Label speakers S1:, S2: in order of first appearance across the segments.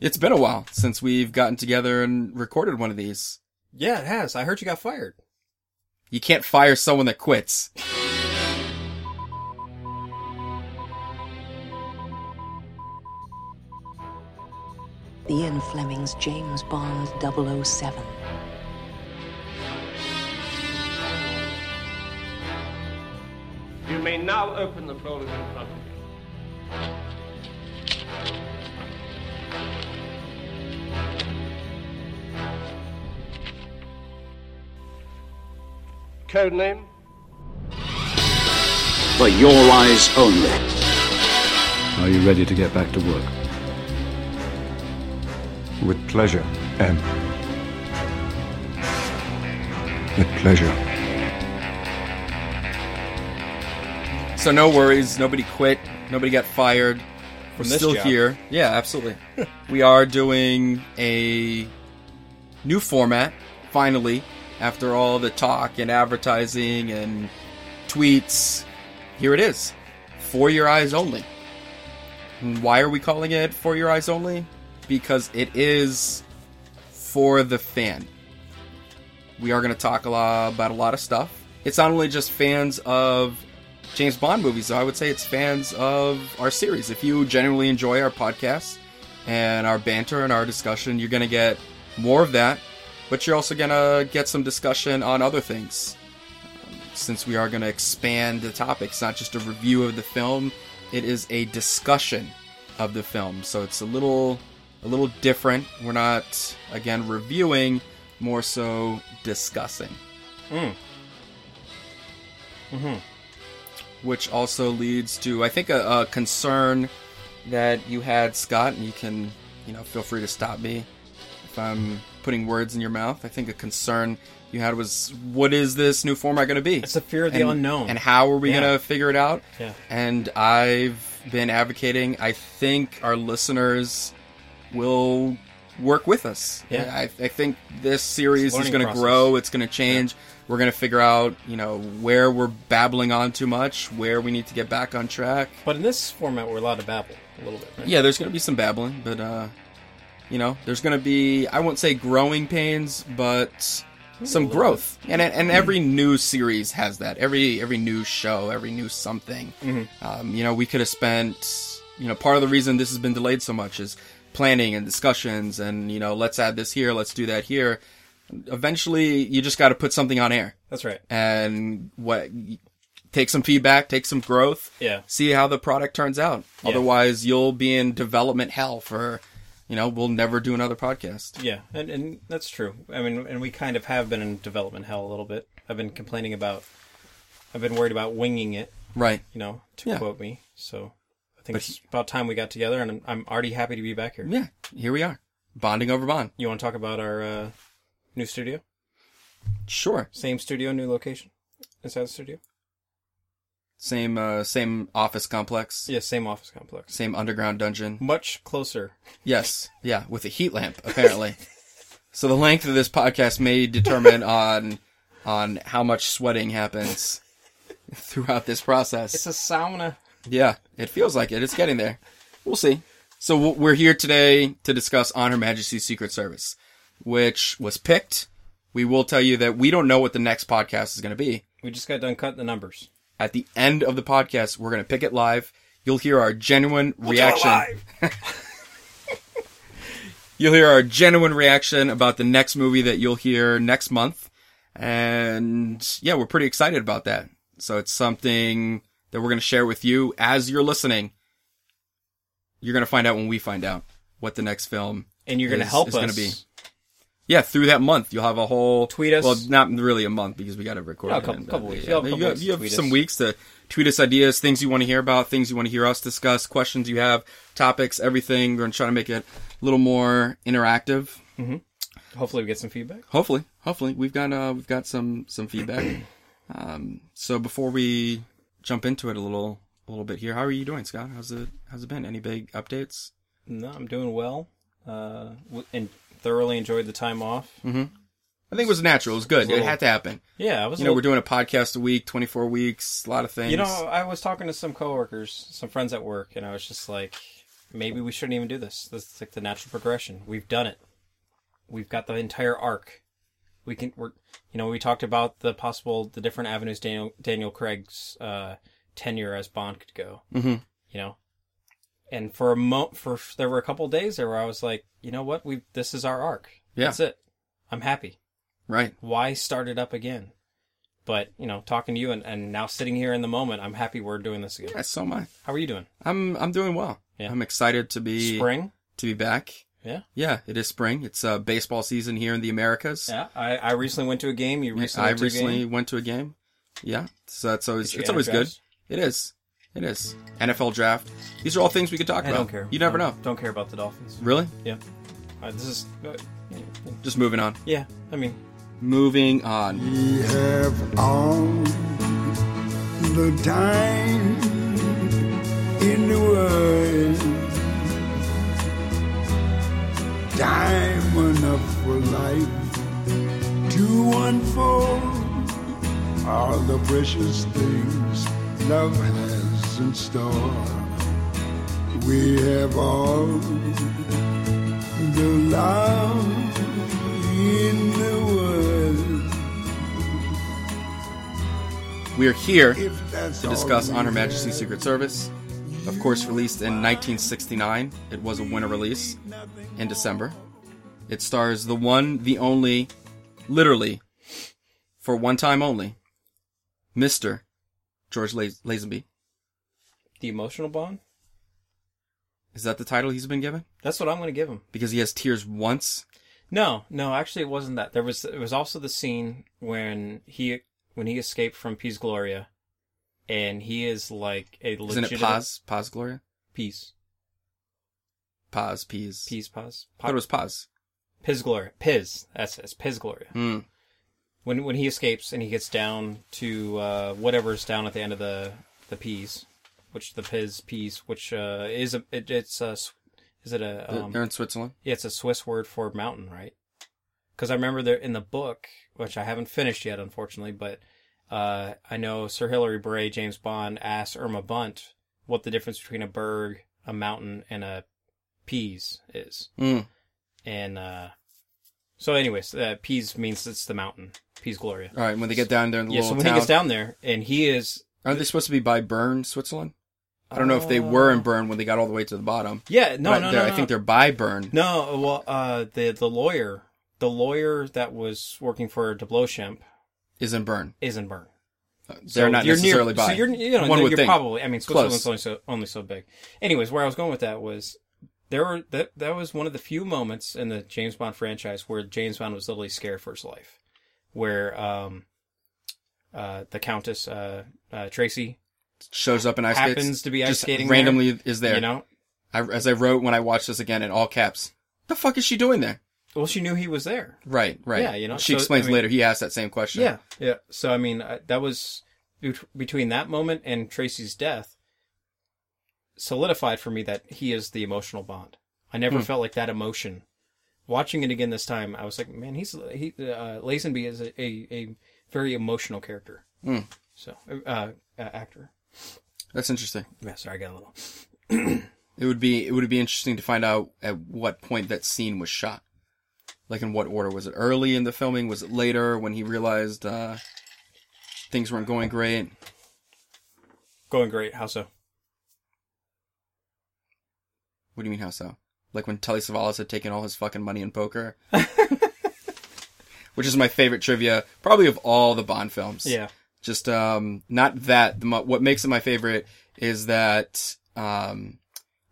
S1: It's been a while since we've gotten together and recorded one of these.
S2: Yeah, it has. I heard you got fired.
S1: You can't fire someone that quits.
S3: The Ian Fleming's James Bond 007.
S4: You may now open the door in front of you. Code name?
S5: for your eyes only.
S6: Are you ready to get back to work?
S7: With pleasure, M. With pleasure.
S1: So no worries. Nobody quit. Nobody got fired. We're
S2: From this
S1: still
S2: job.
S1: here. Yeah, absolutely. we are doing a new format, finally, after all the talk and advertising and tweets. Here it is. For your eyes only. And why are we calling it For Your Eyes Only? Because it is for the fan. We are going to talk a lot about a lot of stuff. It's not only just fans of James Bond movies, though. I would say it's fans of our series. If you genuinely enjoy our podcast and our banter and our discussion, you're going to get more of that, but you're also going to get some discussion on other things. Um, Since we are going to expand the topic, it's not just a review of the film; it is a discussion of the film. So it's a little, a little different. We're not again reviewing, more so discussing. which also leads to I think a, a concern that you had, Scott, and you can you know feel free to stop me if I'm putting words in your mouth. I think a concern you had was what is this new format going to be?
S2: It's the fear of the
S1: And-
S2: unknown.
S1: and how are we
S2: Yeah.
S1: going to figure it out?
S2: Yeah.
S1: And I've been advocating. I think our listeners will work with us.
S2: Yeah.
S1: I, I think this series
S2: It's a
S1: is
S2: learning
S1: going to
S2: process.
S1: grow it's going to change. We're going to figure out, you know, where we're babbling on too much, where we need to get back on track.
S2: But in this format, we're allowed to babble a little bit. Right?
S1: Yeah, there's going to be some babbling, but uh you know, there's going to be I won't say growing pains, but some growth. And and every new series has that. Every every new show, every new something. Um, you know, we could have spent, you know, part of the reason this has been delayed so much is planning and discussions and, you know, let's add this here, let's do that here. Eventually, you just got to put something on air
S2: That's right.
S1: and what take some feedback, take some growth,
S2: Yeah.
S1: see how the product turns out. Otherwise, you'll be in development hell for, you know, we'll never do another podcast.
S2: Yeah, and, and that's true. I mean, and we kind of have been in development hell a little bit. I've been complaining about, I've been worried about winging it,
S1: Right.
S2: you know, to
S1: Yeah.
S2: quote me. So I think it's about time we got together, and I'm, I'm already happy to be back here.
S1: Yeah. Here we are, bonding over bond.
S2: You want to talk about our uh, new studio?
S1: Sure.
S2: Same studio, new location inside the studio?
S1: Same uh, same office complex.
S2: Yeah, same office complex.
S1: Same underground dungeon.
S2: Much closer.
S1: Yes. Yeah. With a heat lamp, apparently. so the length of this podcast may determine on on how much sweating happens throughout this process.
S2: It's a sauna.
S1: Yeah, it feels like it. It's getting there. We'll see. So w- we're here today to discuss On Her Majesty's Secret Service, which was picked. We will tell you that we don't know what the next podcast is going to be.
S2: We just got done cutting the numbers.
S1: At the end of the podcast, we're going to pick it live. You'll hear our genuine reaction. you'll hear our genuine reaction about the next movie that you'll hear next month. And yeah, we're pretty excited about that. So it's something that we're going to share with you as you're listening. You're going to find out when we find out what the next film
S2: And you're going to
S1: is-
S2: help
S1: is
S2: us.
S1: gonna be. Yeah, through that month, you'll have a whole
S2: Tweet us.
S1: Well, not really a month because we got to record.
S2: No, a
S1: it
S2: couple-
S1: and,
S2: couple
S1: uh,
S2: weeks.
S1: yeah.
S2: You'll have a
S1: You
S2: couple
S1: have,
S2: weeks
S1: you
S2: to
S1: have
S2: tweet
S1: some
S2: us.
S1: weeks to tweet us ideas, things you want to hear about, things you want to hear us discuss, questions you have, topics, everything. We're going to try to make it a little more interactive.
S2: Hopefully, we get some feedback.
S1: Hopefully, hopefully we've got uh we've got some some feedback. um, so before we jump into it a little a little bit here, how are you doing, Scott? How's it how's it been? Any big updates?
S2: No, I'm doing well. Uh, w- and thoroughly enjoyed the time off.
S1: Mm-hmm. I think it was natural. It was good. It had to happen.
S2: Yeah, I was.
S1: You know,
S2: a-
S1: we're doing a podcast a week, 24 weeks, a lot of things.
S2: You know, I was talking to some coworkers, some friends at work, and I was just like, maybe we shouldn't even do this. This is like the natural progression. We've done it. We've got the entire arc. We can. We're. You know, we talked about the possible the different avenues Daniel Daniel Craig's uh, tenure as Bond could go. Mm-hmm. You know, and for a mo for there were a couple days there where I was like, you know what, we this is our arc.
S1: Yeah.
S2: That's it. I'm happy
S1: Right.
S2: why start it up again? But you know, talking to you and, and now sitting here in the moment, I'm happy we're doing this again.
S1: Yeah, so am I.
S2: How are you doing?
S1: I'm I'm doing well.
S2: Yeah.
S1: I'm excited to be
S2: Spring?
S1: to be back.
S2: Yeah,
S1: Yeah, it is spring. It's uh, baseball season here in the Americas.
S2: yeah. I, I recently went to a game. You recently
S1: I
S2: went to a
S1: recently
S2: game.
S1: went to a game. Yeah, so that's always
S2: Did you
S1: it's always good.
S2: energize?
S1: It is. It is NFL draft. These are all things we could talk
S2: I
S1: about.
S2: don't care.
S1: You never
S2: Don't-
S1: know.
S2: Don't care about the Dolphins.
S1: Really?
S2: Yeah. Uh, this is. Uh,
S1: Just moving on.
S2: yeah. I mean,
S1: Moving on.
S8: We have all the time in the world. Time enough for life to unfold all the precious things love has in store. We have all the love in the world.
S1: We are here
S8: If that's
S1: to discuss
S8: all
S1: Honor
S8: you
S1: Majesty's Secret Service. Of course, released in 1969. It was a winter release in December. It stars the one, the only, literally, for one time only, Mr. George Las- Lazenby.
S2: the emotional bond.
S1: Is that the title he's been given?
S2: That's what I'm going to give him.
S1: Because he has tears once.
S2: No, no. Actually, it wasn't that. There was. It was also the scene when he when he escaped from Peace Gloria, and he is like a legitimate
S1: Isn't it Paz? Paz Gloria?
S2: Peace.
S1: Paz, Peas.
S2: Peace. Pause.
S1: I thought it was Paz.
S2: Piz Gloria. Piz. That's it's Piz Gloria.
S1: Hmm.
S2: When when he escapes and he gets down to uh, whatever's down at the end of the the peas, which the Piz peas, which uh, is a it, it's a s- is it a
S1: They're-
S2: um,
S1: They're in Switzerland.
S2: yeah, it's a Swiss word for mountain, right? Because I remember there in the book, which I haven't finished yet, unfortunately, but uh, I know Sir Hilary Bray, James Bond, asked Irma Bunt what the difference between a berg, a mountain, and a peas is.
S1: Hmm.
S2: And uh, so, anyways, uh, Peas means it's the mountain. Peas Gloria.
S1: All right, when they get down there in the
S2: Yeah, so
S1: little
S2: when
S1: town.
S2: he gets down there, and he is.
S1: Aren't they supposed to be by Bern, Switzerland? I don't know if they were in Bern when they got all the way to the bottom.
S2: Yeah, no,
S1: But
S2: no,
S1: they're-
S2: no,
S1: I
S2: no.
S1: think they're by Bern.
S2: No, well, uh, the the lawyer, the lawyer that was working for De Blochamp
S1: Is in Bern.
S2: is in Bern.
S1: They're not
S2: you're
S1: necessarily
S2: near,
S1: by.
S2: So you're, you know,
S1: One would
S2: you're
S1: think.
S2: probably. I mean, Switzerland's
S1: Close.
S2: only so only so big. Anyways, where I was going with that was there were that that was one of the few moments in the James Bond franchise where James Bond was literally scared for his life, where um, uh, the Countess uh, uh Tracy
S1: shows up in ice skates.
S2: happens to be ice
S1: just
S2: skating
S1: randomly
S2: there,
S1: is there.
S2: You know,
S1: I, as I wrote when I watched this again in all caps, the fuck is she doing there?
S2: well, she knew he was there.
S1: Right, right.
S2: Yeah, you know,
S1: She
S2: so,
S1: explains
S2: I mean-
S1: later. He asked that same question.
S2: Yeah, yeah. So I mean, I, that was bet- between that moment and Tracy's death solidified for me that he is the emotional bond. I never
S1: Hmm.
S2: felt like that emotion. Watching it again this time, I was like, man, he's he uh, Lazenby is a, a, a very emotional character.
S1: Hmm.
S2: So uh, uh, actor.
S1: that's interesting.
S2: Yeah, sorry, I got a little.
S1: It would be it would be interesting to find out at what point that scene was shot. Like in what order was it? Early in the filming? Was it later when he realized uh, things weren't going great?
S2: Going great. How so?
S1: What do you mean how so? Like when Telly Savalas had taken all his fucking money in poker, which is my favorite trivia, probably of all the Bond films.
S2: Yeah.
S1: just um not that the mo- what makes it my favorite is that um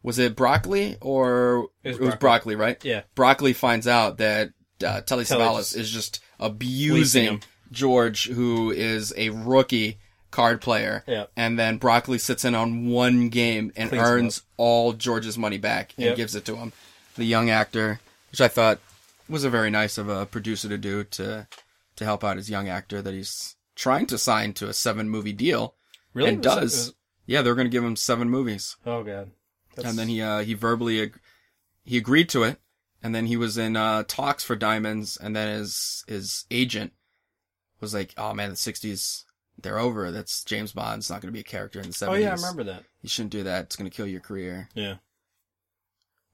S1: was it broccoli or
S2: It was
S1: broccoli.
S2: Broccoli.
S1: right
S2: Yeah.
S1: broccoli finds out that uh, telly
S2: Telly
S1: savalas
S2: just-
S1: is just
S2: Fleecing
S1: abusing
S2: him.
S1: george who is a rookie card player
S2: Yeah.
S1: and then broccoli sits in on one game and
S2: Cleans him
S1: earns all george's money back and
S2: Yep.
S1: gives it to him the young actor which i thought was a very nice of a producer to do to to help out his young actor that he's trying to sign to a seven movie deal
S2: Really?
S1: and
S2: Was that-
S1: does.
S2: was-
S1: yeah, they're going to give him seven movies,
S2: oh god. That's-
S1: and then he uh, he verbally ag- he agreed to it, and then he was in uh, talks for Diamonds, and then his his agent was like, "Oh man, the '60s they're over. That's James Bond's not going to be a character in the '70s.
S2: Oh yeah, I Oh, remember that.
S1: You shouldn't do that. It's going to kill your career."
S2: Yeah.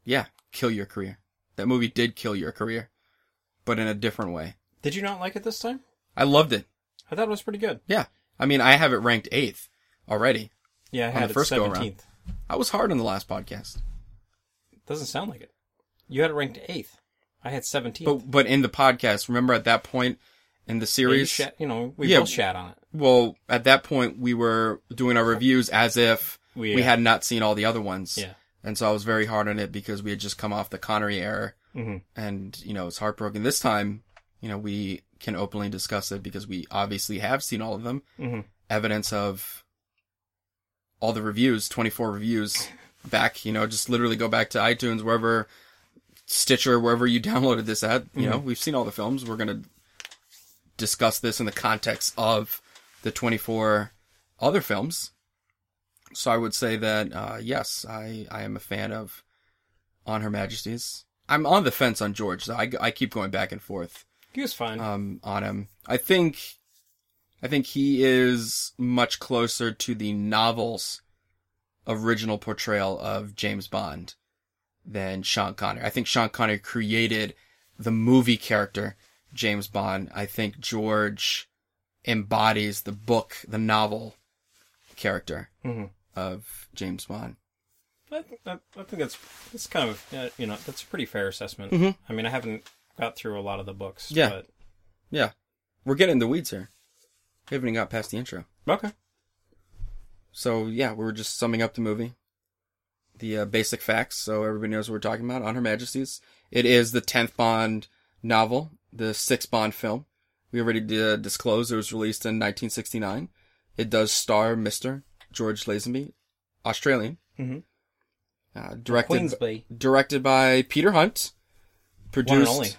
S1: yeah, kill your career. That movie did kill your career, but in a different way.
S2: Did you not like it this time?
S1: I loved it.
S2: I thought it was pretty good.
S1: Yeah. I mean, I have it ranked eighth already.
S2: Yeah, I
S1: On
S2: had
S1: the
S2: it
S1: first go-around.
S2: 17th.
S1: I was hard on the last podcast,
S2: Doesn't sound like it. You had it ranked eighth. I had 17th.
S1: but but in the podcast, remember at that point in the
S2: We
S1: series,
S2: shat- you know, we
S1: Yeah.
S2: both shat on it.
S1: well, at that point we were doing our reviews as if
S2: We- uh,
S1: we had not seen all the other ones.
S2: Yeah.
S1: And so I was very hard on it because we had just come off the Connery error.
S2: Mhm.
S1: And, you know, it's heartbroken. This time, you know, we can openly discuss it because we obviously have seen all of them.
S2: Mhm.
S1: Evidence of all the reviews, 24 reviews back, you know, just literally go back to iTunes, wherever, Stitcher, wherever you downloaded this at. You know, we've seen all the films. We're going to discuss this in the context of the 24 other films. So I would say that uh, yes, I, I am a fan of On Her Majesty's. I'm on the fence on George. So I, I keep going back and forth
S2: He was fine.
S1: um, on him. I think I think he is much closer to the novel's original portrayal of James Bond than Sean Connery. I think Sean Connery created the movie character James Bond. I think George embodies the book, the novel character
S2: Mhm.
S1: of James Bond.
S2: I, th- I, I think that's that's kind of uh, you know that's a pretty fair assessment. I mean, I haven't got through a lot of the books.
S1: Mm-hmm. Yeah. Yeah, we're getting in the weeds here. We haven't even got past the intro.
S2: But, okay.
S1: So yeah, we were just summing up the movie, the uh, basic facts, so everybody knows what we're talking about. On Her Majesty's, it is the tenth Bond novel, the sixth Bond film. We already uh, disclosed it was released in 1969. It does star Mister George Lazenby, Australian.
S2: Mhm.
S1: Uh, directed
S2: Queensbury.
S1: directed by Peter Hunt. Produced
S2: One and only.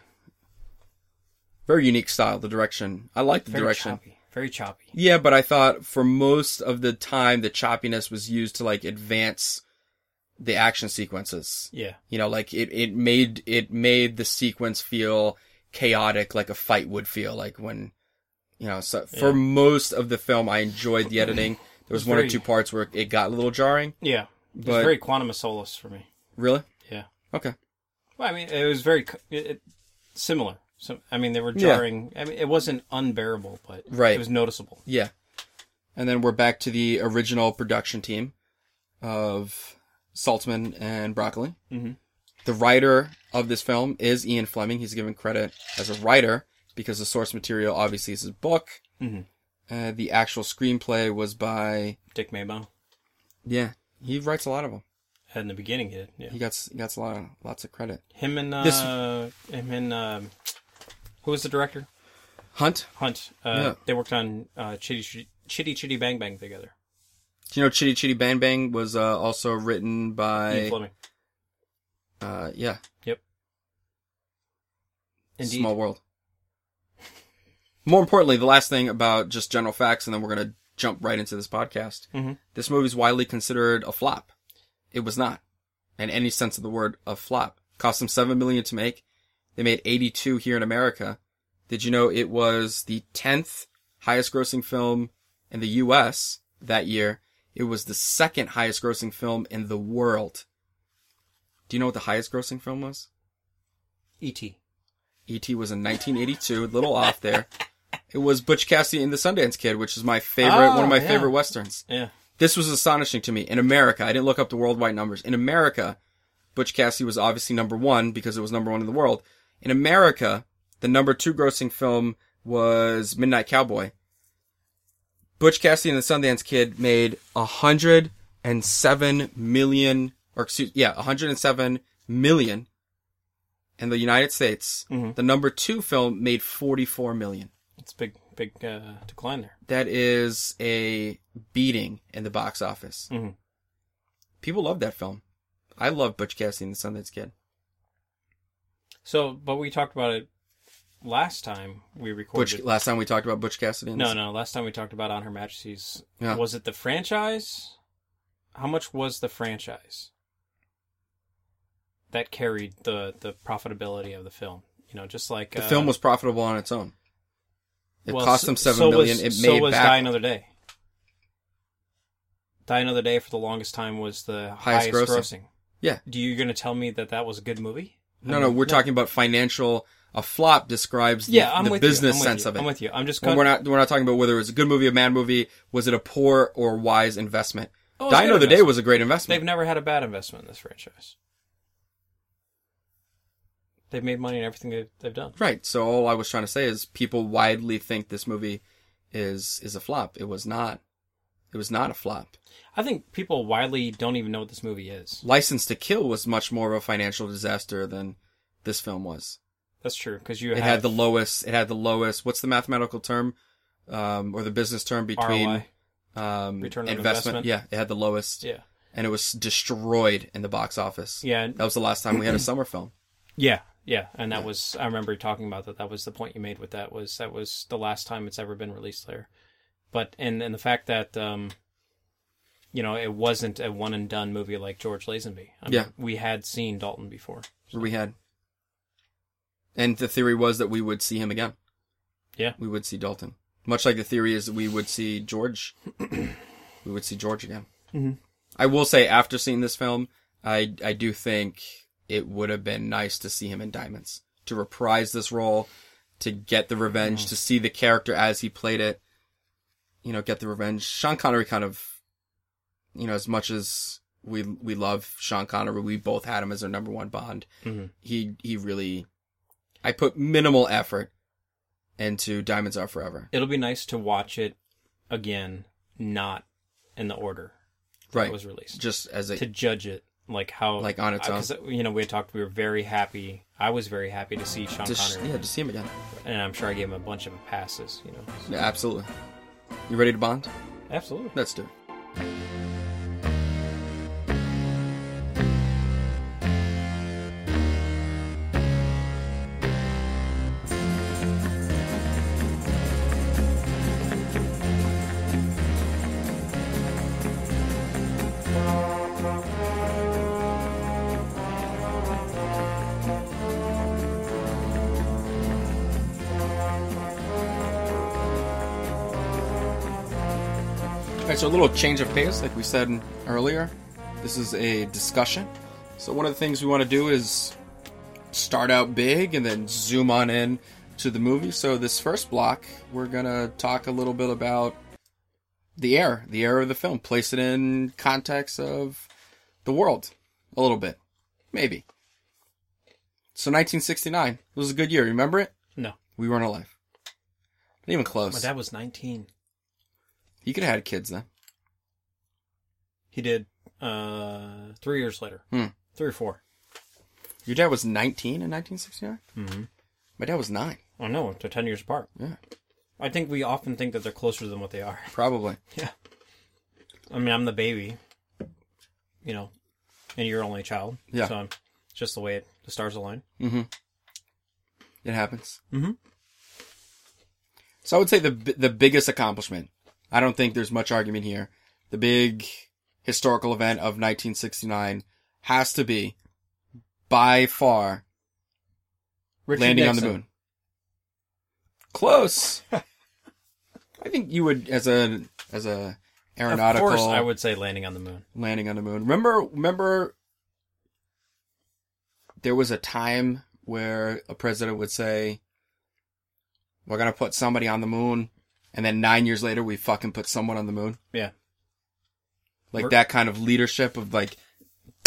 S1: very unique style. The direction I like the
S2: Very
S1: direction.
S2: choppy. Very choppy.
S1: Yeah, but I thought for most of the time the choppiness was used to like advance the action sequences.
S2: Yeah.
S1: You know, like it, it made it made the sequence feel chaotic like a fight would feel like when you know, so for
S2: Yeah.
S1: most of the film I enjoyed the editing. There was
S2: It's
S1: one or
S2: very-
S1: two parts where it got a little jarring.
S2: Yeah. It
S1: But-
S2: was very Quantum of Solace for me.
S1: Really?
S2: Yeah.
S1: Okay.
S2: Well, I mean, it was very co- it, it, similar. So I mean, they were
S1: Yeah.
S2: jarring. I mean, it wasn't unbearable, but
S1: Right.
S2: it was noticeable.
S1: Yeah. And then we're back to the original production team of Saltzman and Broccoli.
S2: Mhm.
S1: The writer of this film is Ian Fleming. He's given credit as a writer because the source material obviously is his book.
S2: Mhm.
S1: Uh, the actual screenplay was by.
S2: Dick Maybaum
S1: Yeah. He writes a lot of them.
S2: in the beginning, he did. Yeah.
S1: He gets he gets a lot of, lots of credit.
S2: Him and uh, him and um who was the director?
S1: Hunt.
S2: Hunt. Uh,
S1: Yeah.
S2: They worked on uh, Chitty, Chitty Chitty Chitty Bang Bang together.
S1: Do you know Chitty Chitty Bang Bang was uh, also written
S2: Ian
S1: by?
S2: Fleming.
S1: Uh, yeah.
S2: Yep. Indeed.
S1: Small world. More importantly, the last thing about just general facts, and then we're going to jump right into this podcast.
S2: Mhm.
S1: This movie's widely considered a flop. It was not, in any sense of the word, a flop. Cost them seven million to make. They made eighty-two here in America. Did you know it was the tenth highest-grossing film in the U.S. that year? It was the second highest-grossing film in the world. Do you know what the highest-grossing film was?
S2: E.T.
S1: E.T. E was in 1982, a little off there. It was Butch Cassidy and the Sundance Kid, which is my favorite, one
S2: Oh,
S1: of my
S2: yeah.
S1: favorite westerns.
S2: Yeah.
S1: This was astonishing to me. In America, I didn't look up the worldwide numbers. In America, Butch Cassidy was obviously number one because it was number one in the world. In America, the number two grossing film was Midnight Cowboy. Butch Cassidy and the Sundance Kid made 107 million, or excuse, yeah, 107 million in the United States. The number two film made 44 million.
S2: It's a big big uh, decline there.
S1: That is a beating in the box office.
S2: Mhm.
S1: People love that film. I love Butch Cassidy and the Sundance Kid.
S2: So, but we talked about it last time we recorded.
S1: Butch, last time we talked about Butch Cassidy. And
S2: no,
S1: the-
S2: no. Last time we talked about On Her Majesty's.
S1: Yeah.
S2: Was it the franchise? How much was the franchise that carried the the profitability of the film? You know, just like
S1: The
S2: uh,
S1: film was profitable on its own. It
S2: well,
S1: cost
S2: so-
S1: them seven
S2: so
S1: million.
S2: Was,
S1: It made
S2: so was
S1: back
S2: Die Another Day. Die Another Day for the longest time was the highest,
S1: Highest
S2: grossing.
S1: grossing. Yeah.
S2: Do you you're gonna tell me that that was a good movie?
S1: No, no, we're talking about financial. A flop describes the,
S2: Yeah, I'm
S1: the
S2: with
S1: business
S2: you. I'm with
S1: sense
S2: you.
S1: of it.
S2: I'm with you. I'm just
S1: Well, we're not we're not talking about whether it was a good movie, a bad movie. Was it a poor or wise investment?
S2: Oh, it's a
S1: Dino
S2: good
S1: the Day
S2: investment.
S1: was a great
S2: They've
S1: investment.
S2: never had a bad investment in this franchise. They've made money in everything they've, they've done.
S1: right. So all I was trying to say is people widely think this movie is is a flop. It was not. It was not a flop.
S2: I think people widely don't even know what this movie is.
S1: License to Kill was much more of a financial disaster than this film was.
S2: That's true because you
S1: It
S2: have
S1: had the lowest. It had the lowest. What's the mathematical term, um, or the business term between
S2: ROI.
S1: um,
S2: Return on investment.
S1: Yeah, it had the lowest,
S2: Yeah,
S1: and it was destroyed in the box office.
S2: Yeah.
S1: that was the last time we had a summer film.
S2: yeah, yeah. And that was I remember talking about that. That was the point you made with that was that was the last time it's ever been released there. But and and the fact that um, you know, it wasn't a one and done movie like George Lazenby. I mean,
S1: Yeah.
S2: we had seen Dalton before.
S1: where we had. And the theory was that we would see him again.
S2: Yeah.
S1: We would see Dalton. Much like the theory is that we would see George. we would see George again.
S2: Mm-hmm.
S1: I will say, after seeing this film, I, I do think it would have been nice to see him in Diamonds, to reprise this role, to get the revenge,
S2: Mm.
S1: to see the character as he played it, you know, get the revenge. Sean Connery kind of, you know, as much as we we love Sean Connery, we both had him as our number one Bond
S2: Mm-hmm.
S1: he he really I put minimal effort into Diamonds Are Forever.
S2: It'll be nice to watch it again, not in the order
S1: Right.
S2: it was released.
S1: Just as a
S2: to judge it like how
S1: Like on its
S2: uh,
S1: own.
S2: 'cause, you know we had talked we were very happy i was very happy to see sean
S1: to sh-
S2: connery
S1: yeah, to see him again.
S2: and i'm sure i gave him a bunch of passes you know so-
S1: Yeah, absolutely. You ready to bond?
S2: absolutely
S1: Let's do it. All right, so a little change of pace, like we said earlier. This is a discussion. So one of the things we want to do is start out big and then zoom on in to the movie. So this first block, we're gonna talk a little bit about the air, the air of the film, place it in context of the world a little bit, maybe. So 1969 it was a good year. Remember it?
S2: no
S1: We weren't alive. Not even
S2: my
S1: close.
S2: dad was 19
S1: He could have had kids then.
S2: he did uh three years later
S1: Hmm.
S2: three or four
S1: Your dad was 19 in 1969? Mm-hmm. My dad was nine.
S2: oh no they're 10 years apart
S1: Yeah.
S2: i think we often think that they're closer than what they are
S1: Probably.
S2: yeah i mean i'm the baby you know and you're only child
S1: Yeah.
S2: so I'm- it's just the way it, the stars align
S1: It happens.
S2: Mhm.
S1: So I would say the bi- the biggest accomplishment. I don't think there's much argument here. The big historical event of 1969 has to be, by far,
S2: Richard
S1: landing on
S2: Nixon.
S1: the moon. Close. I think you would, as a as a aeronautical,
S2: Of course, I would say landing on the moon.
S1: landing on the moon. Remember, remember, there was a time where a president would say, "We're gonna put somebody on the moon," and then nine years later, we fucking put someone on the moon.
S2: Yeah.
S1: Like
S2: We're-
S1: that kind of leadership of like,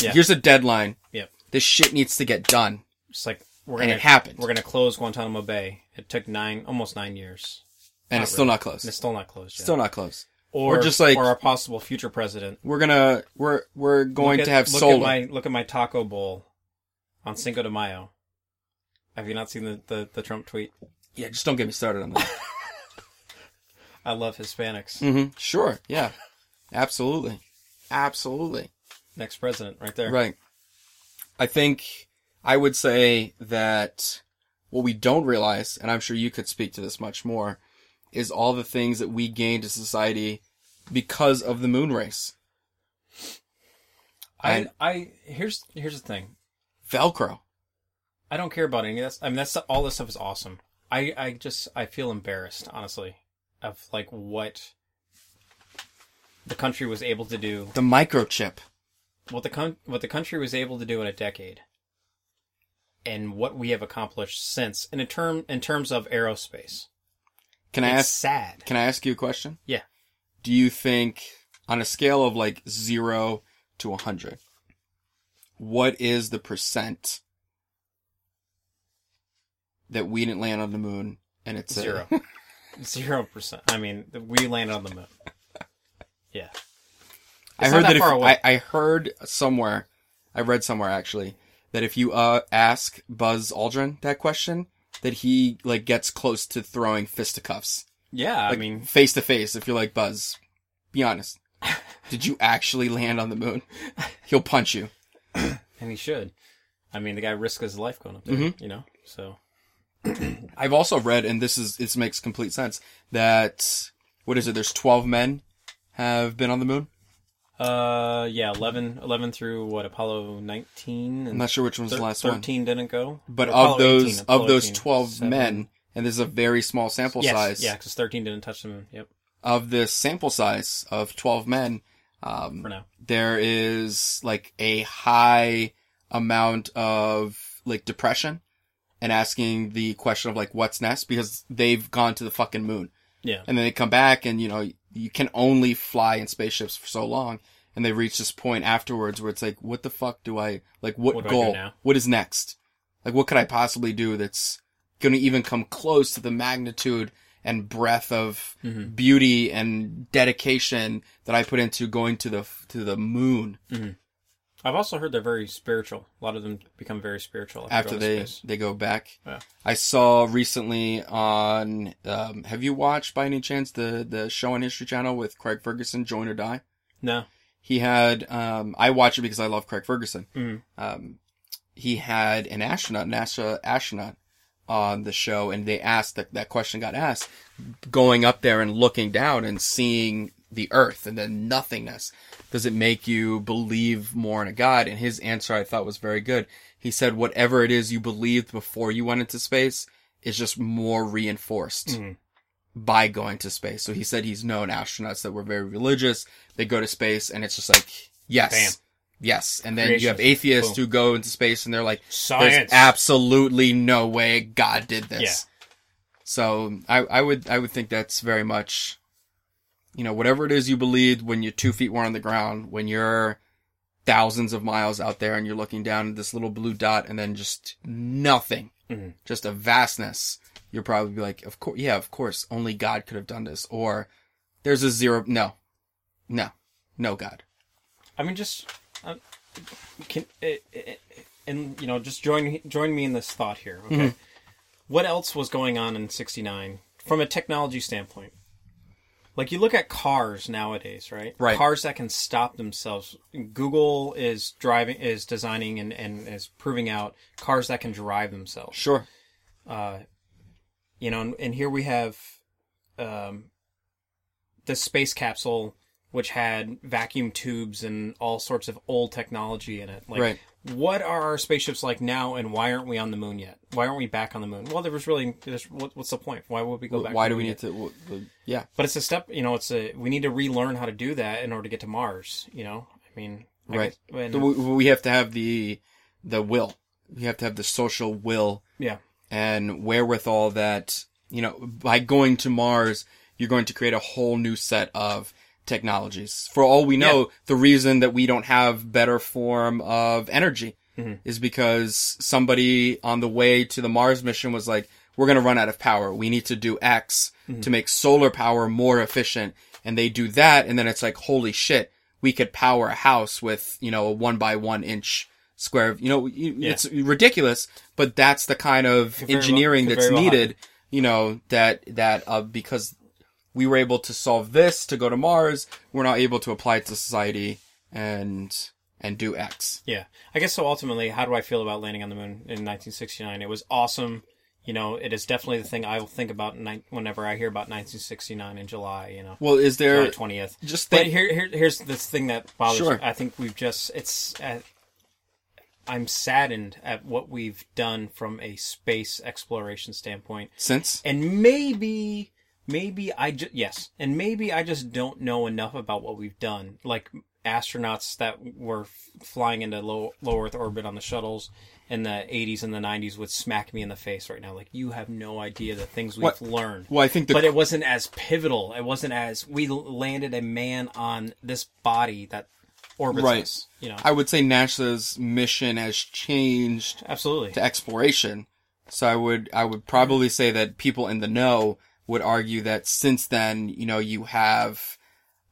S2: Yeah.
S1: here's a deadline.
S2: Yep.
S1: This shit needs to get done.
S2: It's like we're
S1: And
S2: gonna
S1: it happened.
S2: We're gonna close Guantanamo Bay. It took nine, almost nine years,
S1: And
S2: Not
S1: it's still
S2: really.
S1: not close.
S2: and it's still not closed yet.
S1: Still not close.
S2: or,
S1: or just like-
S2: or a possible future president
S1: We're gonna we're we're going
S2: Look
S1: to
S2: at-
S1: have
S2: look
S1: solar.
S2: At my, look at my taco bowl on Cinco de Mayo. Have you not seen the, the, the Trump tweet?
S1: Yeah, just don't get me started on that.
S2: I love Hispanics.
S1: hmm Sure. Yeah. Absolutely. Absolutely.
S2: Next president, right there.
S1: Right. I think I would say that what we don't realize, and I'm sure you could speak to this much more, is all the things that we gained as society because of the moon race.
S2: I
S1: And-
S2: I here's here's the thing.
S1: Velcro.
S2: I don't care about any of this. I mean, that's all this stuff is awesome. I, I just I feel embarrassed, honestly, of like what the country was able to do
S1: The microchip.
S2: what the con- what the country was able to do in a decade, and what we have accomplished since, and in term in terms of aerospace,
S1: Can I
S2: it's
S1: ask?
S2: sad.
S1: Can I ask you a question?
S2: Yeah.
S1: Do you think, on a scale of like zero to a hundred, what is the percent that we didn't land on the moon? And it's a-
S2: Zero. Zero percent. I mean, we landed on the moon. Yeah.
S1: I
S2: It's
S1: heard that.
S2: not that
S1: if,
S2: far away.
S1: I, I heard somewhere, I read somewhere actually that if you uh, ask Buzz Aldrin that question, that he like gets close to throwing fisticuffs,
S2: Yeah.
S1: like,
S2: I mean,
S1: face to face. If you're like Buzz, be honest, did you actually land on the moon? He'll punch you.
S2: and he should. I mean, the guy risked his life going up there.
S1: Mm-hmm.
S2: You know. So
S1: I've also read, and this is this makes complete sense that what is it? There's 12 men have been on the moon.
S2: Uh, yeah, 11, 11 through what Apollo nineteen.
S1: I'm not sure which one's the last one.
S2: Thirteen didn't go.
S1: But
S2: Or
S1: of
S2: Apollo
S1: those
S2: 18, Apollo
S1: of those
S2: 18,
S1: 12
S2: seven.
S1: men, and this is a very small sample
S2: yes,
S1: size.
S2: yeah, because thirteen didn't touch the moon. Yep,
S1: Of this sample size of 12 men, um,
S2: for now.
S1: there is like a high amount of like depression and asking the question of like what's next because they've gone to the fucking moon.
S2: Yeah,
S1: and then they come back and you know you can only fly in spaceships for so long and they reach this point afterwards where it's like what the fuck do i like what,
S2: What do I do
S1: goal
S2: now?
S1: what is next like what could i possibly do that's going to even come close to the magnitude and breadth of
S2: Mm-hmm.
S1: beauty and dedication that i put into going to the f- to the moon
S2: I've also heard they're very spiritual. A lot of them become very spiritual after,
S1: after
S2: going to
S1: they
S2: space.
S1: they go back
S2: Yeah.
S1: i saw recently on um, have you watched by any chance the the show on history channel with craig ferguson join or die
S2: No,
S1: he had um, I watch it because I love Craig Ferguson. Um, he had an astronaut, NASA astronaut, on the show, and they asked that that question got asked, going up there and looking down and seeing the Earth and the nothingness. Does it make you believe more in a God? And his answer I thought was very good. He said, "Whatever it is you believed before you went into space is just more reinforced."
S2: Mm-hmm.
S1: by going to space. So he said he's known astronauts that were very religious. They go to space and it's just like, yes.
S2: Bam.
S1: Yes. And then you
S2: Creationist.
S1: have atheists
S2: Boom.
S1: who go into space and they're like, there's
S2: Science.
S1: absolutely no way God did this.
S2: Yeah.
S1: So I, I would, I would think that's very much, you know, whatever it is you believed when your two feet were on the ground, when you're thousands of miles out there and you're looking down at this little blue dot and then just nothing,
S2: Mm-hmm.
S1: just a vastness. You'll probably be like, of course, yeah, of course, only God could have done this. Or there's a zero. No, no, no God.
S2: I mean just uh, can it, it, and you know just join join me in this thought here. Okay, what else was going on in '69 from a technology standpoint? Like you look at cars nowadays, right?
S1: Right.
S2: Cars that can stop themselves. Google is driving, is designing, and, and is proving out cars that can drive themselves
S1: Sure.
S2: uh, you know, and, and here we have um, the space capsule, which had vacuum tubes and all sorts of old technology in it. Like,
S1: Right.
S2: what are our spaceships like now, and why aren't we on the moon yet? Why aren't we back on the moon? Well, there was really, there's, what, what's the point? Why would we go back?
S1: Why
S2: on the
S1: do we
S2: moon
S1: need
S2: yet?
S1: to? w- w- Yeah.
S2: But it's a step, you know. It's a we need to relearn how to do that in order to get to Mars. You know, I mean, I
S1: Right.
S2: guess- and-
S1: So we- we have to have the the will. We have to have the social will
S2: yeah,
S1: and wherewithal that you know by going to Mars, you're going to create a whole new set of technologies. For all we know, the reason that we don't have better form of energy is because somebody on the way to the Mars mission was like, "We're going to run out of power. We need to do X to make solar power more efficient." And they do that, and then it's like, "Holy shit." we could power a house with you know a one by one inch square. You know, you- it's ridiculous, but that's the kind of
S2: very well-
S1: engineering
S2: could
S1: that's
S2: very well
S1: needed. You know that that uh, because we were able to solve this to go to Mars, we're not able to apply it to society and and do X.
S2: Yeah, I guess so. Ultimately, how do I feel about landing on the moon in 1969? It was awesome. You know, it is definitely the thing I will think about ni- whenever I hear about 1969 in July. You know,
S1: Well, is there
S2: July 20th.
S1: just
S2: but
S1: think-
S2: here, here, here's this thing that bothers
S1: Sure.
S2: me. I think we've just it's. Uh, I'm saddened at what we've done from a space exploration standpoint
S1: since?
S2: and maybe maybe i just yes and maybe i just don't know enough about what we've done like astronauts that were f- flying into low low Earth orbit on the shuttles in the 80s and the 90s would smack me in the face right now. Like you have no idea the things we've
S1: What-
S2: learned.
S1: well, I think the-
S2: but it wasn't as pivotal. It wasn't as we l- landed a man on this body that orbits
S1: Right.
S2: us. You know,
S1: I would say NASA's mission has changed
S2: absolutely.
S1: to exploration. So I would I would probably say that people in the know would argue that since then, you know, you have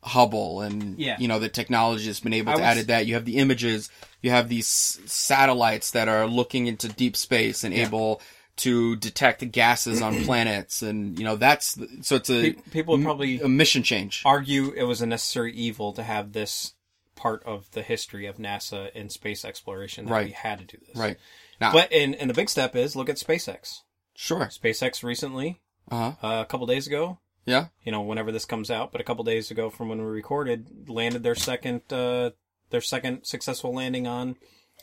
S1: Hubble and
S2: Yeah.
S1: you know the technology has been able
S2: I
S1: to
S2: would
S1: add
S2: s-
S1: to that. You have the images, you have these s- satellites that are looking into deep space and able to detect gases on planets and you know that's the- so it's a
S2: Pe- people would probably
S1: a mission change.
S2: argue it was a necessary evil to have this part of the history of NASA and space exploration that
S1: Right.
S2: we had to do this.
S1: Right. Now,
S2: But and and the big step is look at SpaceX.
S1: sure.
S2: SpaceX recently,
S1: Uh-huh.
S2: uh, a couple days ago,
S1: Yeah.
S2: you know, whenever this comes out, but a couple days ago from when we recorded, landed their second uh, their second successful landing on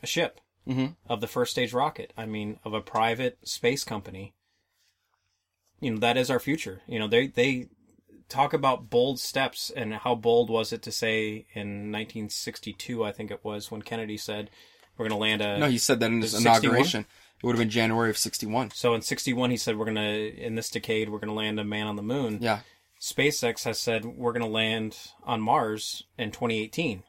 S2: a ship
S1: Mm-hmm.
S2: of the first stage rocket. I mean, of a private space company. You know, that is our future. You know, they they talk about bold steps and how bold was it to say in 1962, I think it was when Kennedy said we're going to land a
S1: No, he said that in his
S2: 61?
S1: inauguration. It would have been January of 61.
S2: So in 61 he said we're going to in this decade we're going to land a man on the moon.
S1: Yeah.
S2: SpaceX has said we're going to land on Mars in 2018.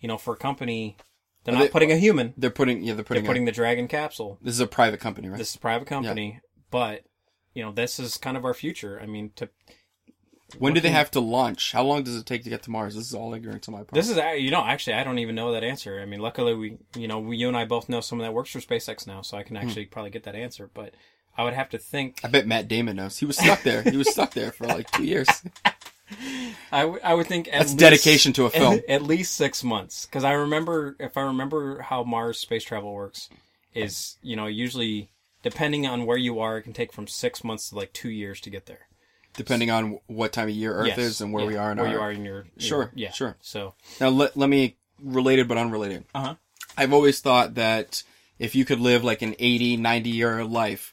S2: You know, for a company, they're
S1: Are
S2: not
S1: they-
S2: putting a human.
S1: They're putting yeah, they're
S2: They're
S1: putting, a-
S2: putting the Dragon capsule.
S1: This is a private company, right?
S2: This is a private company, but you know, this is kind of our future. I mean, to
S1: when do they have to launch? How long does it take to get to Mars? This is all ignorance on my part.
S2: this is uh, you know actually I don't even know that answer. I mean, luckily we you know we, you and I both know someone that works for SpaceX now, so I
S1: Hmm.
S2: can actually probably get that answer. But I would have to think.
S1: I bet Matt Damon knows. He was stuck there. he was stuck there for like two years.
S2: I would- I would think at
S1: That's
S2: least-
S1: dedication to a film.
S2: At, least six months, because I remember if I remember how Mars space travel works, is you know usually depending on where you are, it can take from six months to like two years to get there.
S1: Depending on what time of year Earth
S2: Yes.
S1: is and where
S2: Yeah.
S1: we are in
S2: where
S1: our.
S2: you are in your, your-
S1: Sure,
S2: yeah
S1: sure.
S2: So
S1: Now let let me related but unrelated.
S2: Uh-huh.
S1: I've always thought that if you could live like an 80, 90 year life,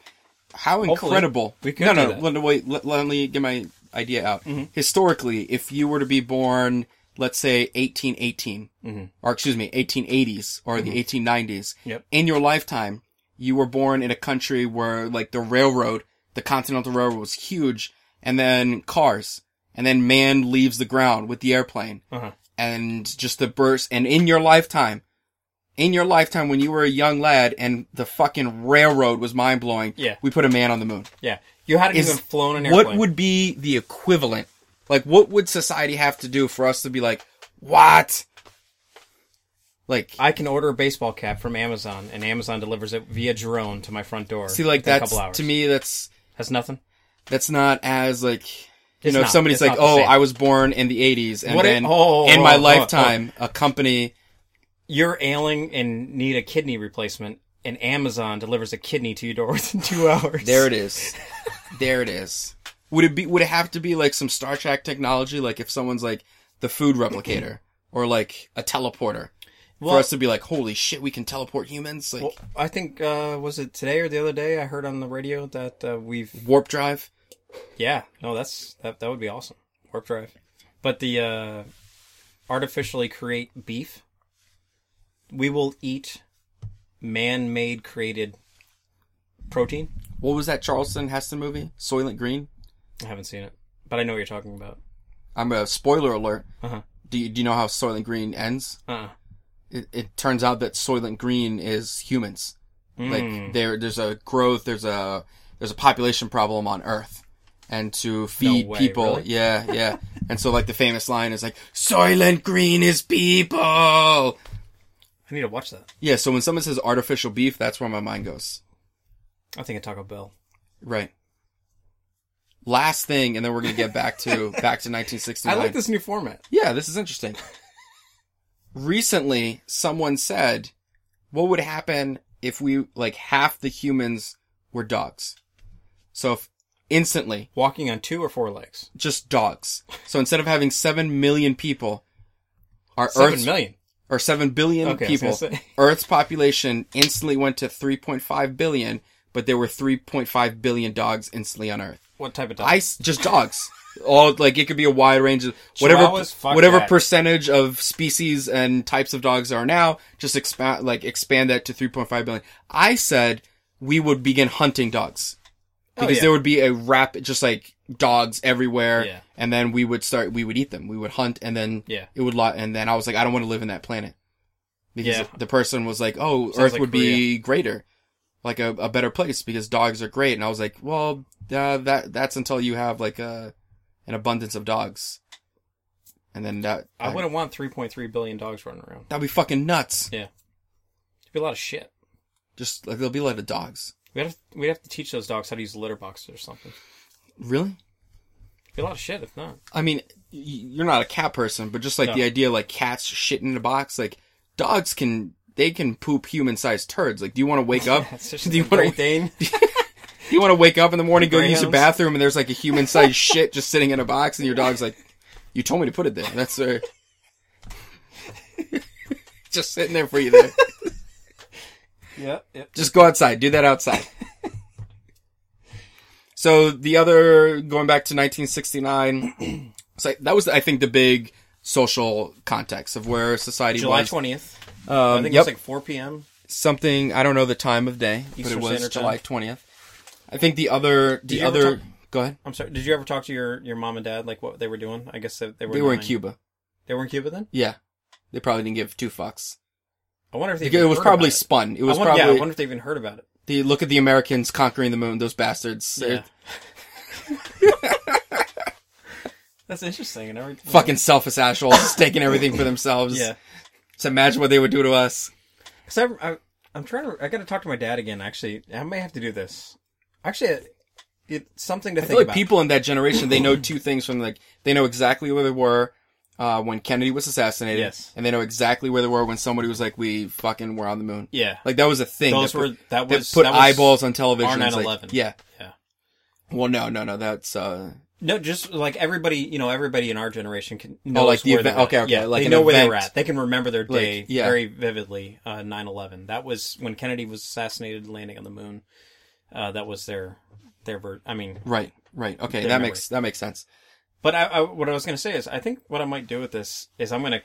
S1: how
S2: Hopefully,
S1: incredible.
S2: we could
S1: no,
S2: do
S1: no,
S2: that. Mm-hmm.
S1: let- wait, let, let me get my idea out. Historically, if you were to be born, let's say 1818, or excuse me, 1880s or the 1890s,
S2: Mm-hmm. Yep.
S1: in your lifetime, you were born in a country where like the railroad, the Continental Railroad was huge, and then cars, and then man leaves the ground with the airplane and just the burst and in your lifetime in your lifetime when you were a young lad and the fucking railroad was mind blowing
S2: Yeah.
S1: we put a man on the moon
S2: yeah, you hadn't
S1: Is-
S2: even flown an airplane.
S1: what would be the equivalent like what would society have to do for us to be like what like
S2: I can order a baseball cap from Amazon, and Amazon delivers it via drone to my front door.
S1: see like
S2: within
S1: that's
S2: a couple hours.
S1: to me that's
S2: That's nothing.
S1: that's not as like you
S2: It's
S1: know
S2: not.
S1: if somebody's
S2: It's
S1: like
S2: not the
S1: oh
S2: same.
S1: i was born in the 80s and
S2: What if-
S1: then
S2: oh,
S1: in
S2: oh,
S1: my
S2: oh, oh, oh.
S1: lifetime a company
S2: You're ailing and need a kidney replacement, and Amazon delivers a kidney to your door within two hours.
S1: There it is. there it is. Would it be? Would it have to be like some Star Trek technology? Like if someone's like the food replicator or like a teleporter,
S2: Well-
S1: for us to be like, holy shit, we can teleport humans. Like
S2: Well, I think uh, was it today or the other day? I heard on the radio that uh, we've
S1: warp drive.
S2: yeah no that's that that would be awesome warp drive, but the uh, artificially create beef. We will eat man-made created protein.
S1: What was that Charleston Heston movie? Soylent Green.
S2: I haven't seen it, but I know what you're talking about.
S1: I'm a spoiler alert.
S2: Uh-huh.
S1: Do you, do you know how Soylent Green ends?
S2: Uh,
S1: It, it turns out that Soylent Green is humans.
S2: Hmm.
S1: Like there, there's a growth. There's a there's a population problem on Earth, and to feed
S2: way,
S1: people,
S2: really?
S1: yeah, yeah. and so like the famous line is like Soylent Green is people.
S2: I need to watch that.
S1: Yeah. So when someone says artificial beef, that's where my mind goes.
S2: I think of Taco Bell.
S1: Right. Last thing, and then we're gonna get back to back to 1969.
S2: I like this new format.
S1: Yeah, this is interesting. Recently, someone said, "What would happen if we like half the humans were dogs?" So if instantly,
S2: Walking on two or four legs.
S1: just dogs. So instead of having seven million people, our
S2: Seven
S1: Earth's
S2: million.
S1: or seven billion
S2: Okay, I was
S1: people,
S2: gonna say.
S1: Earth's population instantly went to three point five billion, but there were three point five billion dogs instantly on Earth.
S2: What type of dog?
S1: I s- just dogs. All like it could be a wide range of whatever
S2: Chihuahuas? Fuck
S1: whatever
S2: that.
S1: percentage of species and types of dogs are now. Just expand like expand that to 3.5 billion. I said we would begin hunting dogs because
S2: Oh, yeah.
S1: there would be a rapid just like dogs everywhere,
S2: Yeah.
S1: and then we would start we would eat them. We would hunt, and then
S2: Yeah.
S1: it would lot. And then I was like, I don't want to live in that planet because
S2: Yeah.
S1: the person was like, oh,
S2: Sounds
S1: Earth
S2: like
S1: would be greater like a, a better place because dogs are great. And I was like, well, uh, that that's until you have like a an abundance of dogs, and then that
S2: I wouldn't want 3.3 billion dogs running around.
S1: that'd be fucking nuts.
S2: Yeah, it'd be a lot of shit.
S1: Just like there'll be a lot of dogs.
S2: We would have we would have to teach those dogs how to use litter boxes or something.
S1: Really?
S2: It'd be a lot of shit if not.
S1: I mean, y- you're not a cat person, but just like
S2: No.
S1: the idea, like cats shit in a box, like dogs can. They can poop human-sized turds. Like, do you want to wake up?
S2: It's just
S1: Oh, do you
S2: a
S1: wanna-
S2: Great Dane.
S1: you want to wake up in the morning, go use the
S2: Greyhounds.
S1: bathroom, and there's like a human sized shit just sitting in a box, and your dog's like, "You told me to put it there." That's uh, just sitting there for you. There,
S2: Yep, yep.
S1: just go outside. Do that outside. so the other, going back to 1969, so that was, I think, the big social context of where society
S2: July
S1: was.
S2: twentieth.
S1: Um,
S2: I think
S1: yep.
S2: it's like four p.m.
S1: something I don't know the time of day,
S2: Eastern
S1: but it was
S2: Standard Time.
S1: July 20th. I think the other, the
S2: you ever
S1: other,
S2: talk-
S1: go ahead.
S2: I'm sorry. Did you ever talk to your, your mom and dad like what they were doing? I guess they, they were
S1: They were in
S2: nine.
S1: Cuba.
S2: They were in Cuba then.
S1: Yeah, they probably didn't give two fucks.
S2: I wonder if they.
S1: It,
S2: even
S1: was
S2: heard
S1: probably
S2: about it.
S1: spun. It was
S2: I wonder,
S1: probably
S2: Yeah, I wonder if they even heard about it.
S1: the look at the Americans conquering the moon. Those bastards. They're
S2: Yeah. That's interesting. And every
S1: Fucking selfish assholes, taking everything for themselves.
S2: yeah.
S1: Just imagine what they would do to us.
S2: Because I, I, I'm trying to. I got to talk to my dad again. Actually, I may have to do this. Actually, it's something to
S1: I
S2: think
S1: feel like
S2: about.
S1: people in that generation, they know two things from like they know exactly where they were uh, when Kennedy was assassinated,
S2: Yes.
S1: and they know exactly where they were when somebody was like, "We fucking were on the moon."
S2: Yeah.
S1: like that was a thing.
S2: Those
S1: that
S2: were-
S1: put,
S2: that was-
S1: put
S2: that was
S1: eyeballs on television.
S2: our
S1: It's like-
S2: 9/11.
S1: yeah.
S2: Yeah.
S1: Well, no, no, no. That's uh,
S2: No, just like everybody, you know, everybody in our generation can know
S1: Oh, like the
S2: where
S1: event-
S2: they're at.
S1: okay, okay,
S2: Yeah,
S1: like
S2: they
S1: an
S2: know where they're
S1: event.
S2: at. They can remember their
S1: Like,
S2: day
S1: yeah.
S2: very vividly. Uh, 9-11. That was when Kennedy was assassinated, landing on the moon. Uh, that was their their. Ver- I mean,
S1: right, right. Okay, that
S2: Their
S1: makes that makes sense.
S2: but I, I, what I was going to say is, I think what I might do with this is I'm going to,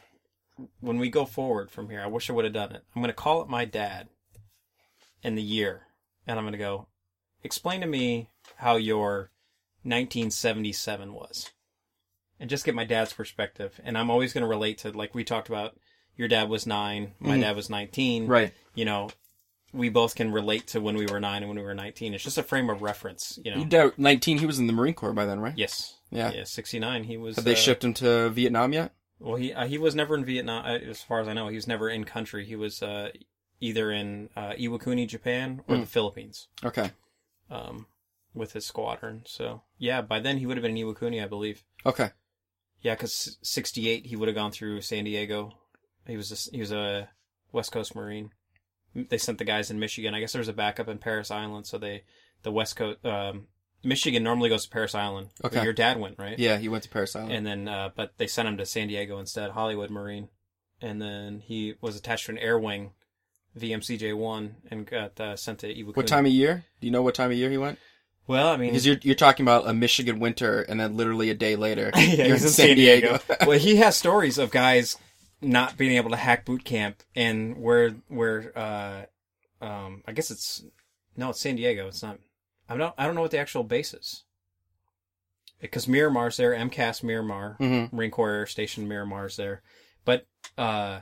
S2: when we go forward from here, I wish I would have done it. I'm going to call up my dad in the year and I'm going to go, explain to me how your 1977 was and just get my dad's perspective. And I'm always going to relate to, like we talked about, your dad was nine, my dad was 19.
S1: Mm-hmm. Right.
S2: You know, we both can relate to when we were nine and when we were 19. It's just a frame of reference, you know.
S1: You doubt nineteen. He was in the Marine Corps by then, right?
S2: Yes.
S1: Yeah.
S2: Yeah. 69. He was.
S1: Have they
S2: uh,
S1: shipped him to Vietnam yet?
S2: Well, he uh, he was never in Vietnam, uh, as far as I know. He was never in country. He was uh, either in uh, Iwakuni, Japan, or the Philippines
S1: Okay.
S2: um, with his squadron. So yeah, by then he would have been in Iwakuni, I believe.
S1: Okay.
S2: Yeah, because '68 he would have gone through San Diego. He was a, s- he was a West Coast Marine. M- They sent the guys in Michigan. I guess there was a backup in Paris Island, so they the West Coast um, Michigan normally goes to Paris Island. but
S1: Okay.
S2: your dad went right.
S1: Yeah, he went to Paris Island.
S2: and then uh, but they sent him to San Diego instead, Hollywood Marine, and then he was attached to an air wing, VMCJ one, and got uh, sent to Iwakuni.
S1: what time of year? Do you know what time of year he went?
S2: Well, I mean,
S1: Because you're you're talking about a Michigan winter, and then literally a day later,
S2: yeah,
S1: you're
S2: he's in San Diego. well, he has stories of guys not being able to hack boot camp and where where uh, um, I guess it's no, it's San Diego. It's not. I don't. I don't know what the actual base is. Because Miramar's there, MCAS Miramar,
S1: Mhm.
S2: Marine Corps Air Station Miramar's there, but uh,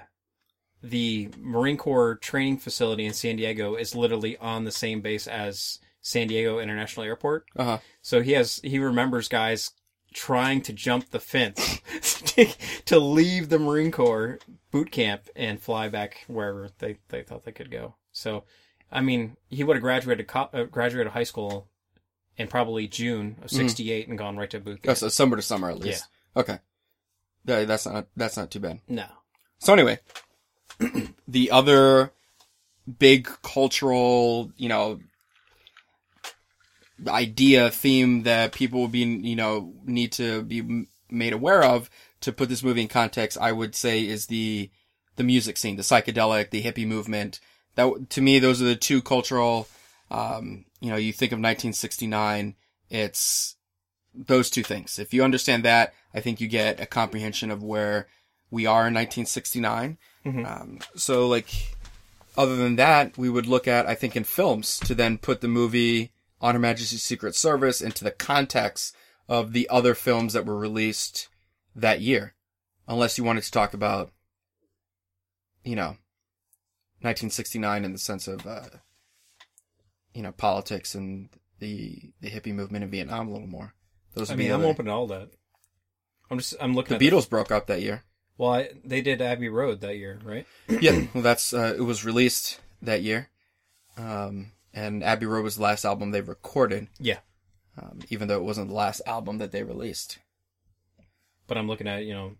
S2: the Marine Corps training facility in San Diego is literally on the same base as San Diego International Airport.
S1: Uh-huh.
S2: So he has he remembers guys trying to jump the fence to leave the Marine Corps boot camp and fly back wherever they, they thought they could go. So, I mean, he would have graduated co- uh, graduated high school in probably June
S1: Mm-hmm.
S2: of '68 and gone right to boot
S1: Oh,
S2: camp.
S1: so summer to summer at least. Okay. Yeah, that's not that's not too bad.
S2: no,
S1: So anyway, the other big cultural, you know, idea theme that people will be, you know, need to be m- made aware of to put this movie in context, I would say is the the music scene, the psychedelic, the hippie movement. That w- to me, those are the two cultural. Um, you know, you think of 1969. It's those two things. If you understand that, I think you get a comprehension of where we are in 1969. Um, so, like, other than that, we would look at, I think, in films to then put the movie on Her Majesty's Secret Service into the context of the other films that were released that year. Unless you wanted to talk about, you know, 1969 in the sense of, uh, you know, politics and the, the hippie movement in Vietnam a little more. Those
S2: I
S1: would be
S2: mean,
S1: the
S2: I'm
S1: other-
S2: open to all that. I'm just I'm looking
S1: The
S2: at
S1: Beatles broke up that year.
S2: Well, I, they did Abbey Road that year, right?
S1: yeah, well, that's uh, it was released that year, um, and Abbey Road was the last album they recorded,
S2: Yeah.
S1: um, even though it wasn't the last album that they released.
S2: But I'm looking at you know,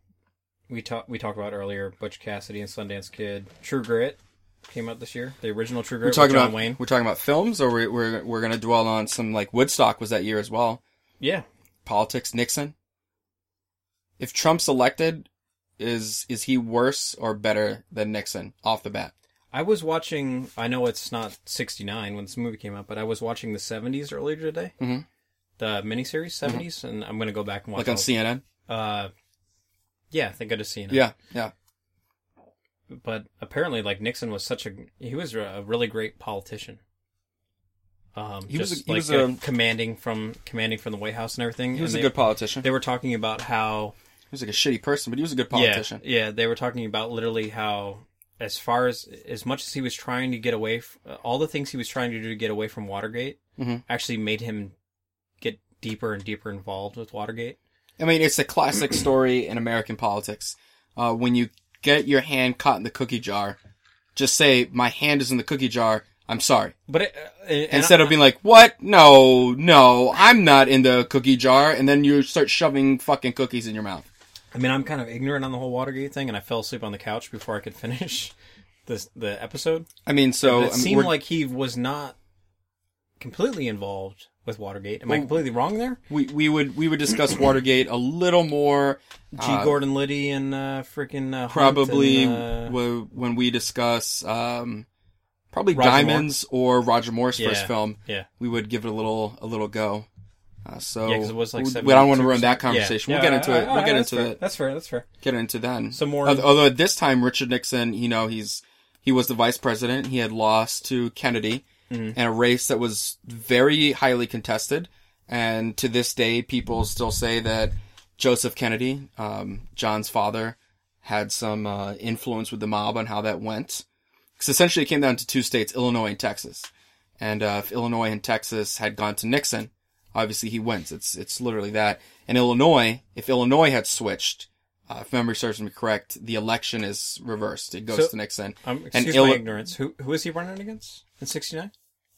S2: we talked we talked about earlier Butch Cassidy and Sundance Kid, True Grit came out this year. The original True Grit
S1: We're talking
S2: with John
S1: about
S2: Wayne.
S1: we're talking about films, or we're we're, we're going to dwell on some like Woodstock was that year as well.
S2: Yeah,
S1: Politics, Nixon. If Trump's elected, is is he worse or better than Nixon off the bat?
S2: I was watching. I know it's not '69 when this movie came out, but I was watching the '70s earlier today. Mm-hmm. The miniseries '70s, and I'm gonna go back and watch.
S1: Mm-hmm. Like on
S2: all-
S1: CNN?
S2: Uh, yeah, I think I just seen it.
S1: Yeah, yeah.
S2: but apparently, like Nixon was such a he was a really great politician. Um,
S1: He was
S2: just
S1: a- he
S2: like
S1: was a-
S2: uh, commanding from commanding from the White House and everything.
S1: He was
S2: and
S1: a
S2: they,
S1: good politician.
S2: They were talking about how
S1: He was like a shitty person, but he was a good politician.
S2: yeah, yeah, they were talking about literally how, as far as as much as he was trying to get away, f- all the things he was trying to do to get away from Watergate
S1: Mm-hmm.
S2: actually made him get deeper and deeper involved with Watergate.
S1: I mean, it's a classic story in American politics. Uh, when you get your hand caught in the cookie jar, just say, my hand is in the cookie jar. I'm sorry.
S2: But it, uh, and- and
S1: Instead
S2: I-
S1: of being like, what? No, no, I'm not in the cookie jar. And then you start shoving fucking cookies in your mouth.
S2: I mean, I'm kind of ignorant on the whole Watergate thing, and I fell asleep on the couch before I could finish this the episode.
S1: I mean, so. I
S2: it
S1: mean,
S2: seemed
S1: we're-
S2: like he was not completely involved with Watergate. Am I
S1: Well-
S2: completely wrong there?
S1: We, we would we would discuss Watergate a little more uh,
S2: G. Gordon Liddy and uh, freaking uh, Hunt
S1: probably
S2: and, uh,
S1: w- when we discuss um, probably
S2: Roger Moore.
S1: Diamonds or Roger Moore's first
S2: Yeah,
S1: film.
S2: yeah.
S1: we would give it a little a little go. Uh, so
S2: Yeah, 'cause it was like
S1: we,
S2: 72%.
S1: we don't want to ruin that
S2: Yeah.
S1: conversation.
S2: Yeah,
S1: we'll get into
S2: all
S1: it.
S2: right, all
S1: We'll
S2: right,
S1: get
S2: that's
S1: into
S2: fair.
S1: it.
S2: That's fair. That's fair.
S1: Get into then.
S2: Some more-
S1: Al- Although at this time, Richard Nixon, you know, he's he was the vice president. He had lost to Kennedy
S2: Mm-hmm.
S1: in a race that was very highly contested, and to this day, people still say that Joseph Kennedy, um, John's father, had some uh, influence with the mob on how that went. Because essentially, it came down to two states: Illinois and Texas. And uh, if Illinois and Texas had gone to Nixon, obviously he wins. It's it's literally that. And Illinois, if Illinois had switched, uh, if memory serves me correct, the election is reversed. It goes
S2: So-
S1: to Nixon.
S2: Um,
S1: and
S2: excuse my
S1: Illi-
S2: ignorance. Who who is he running against in '69?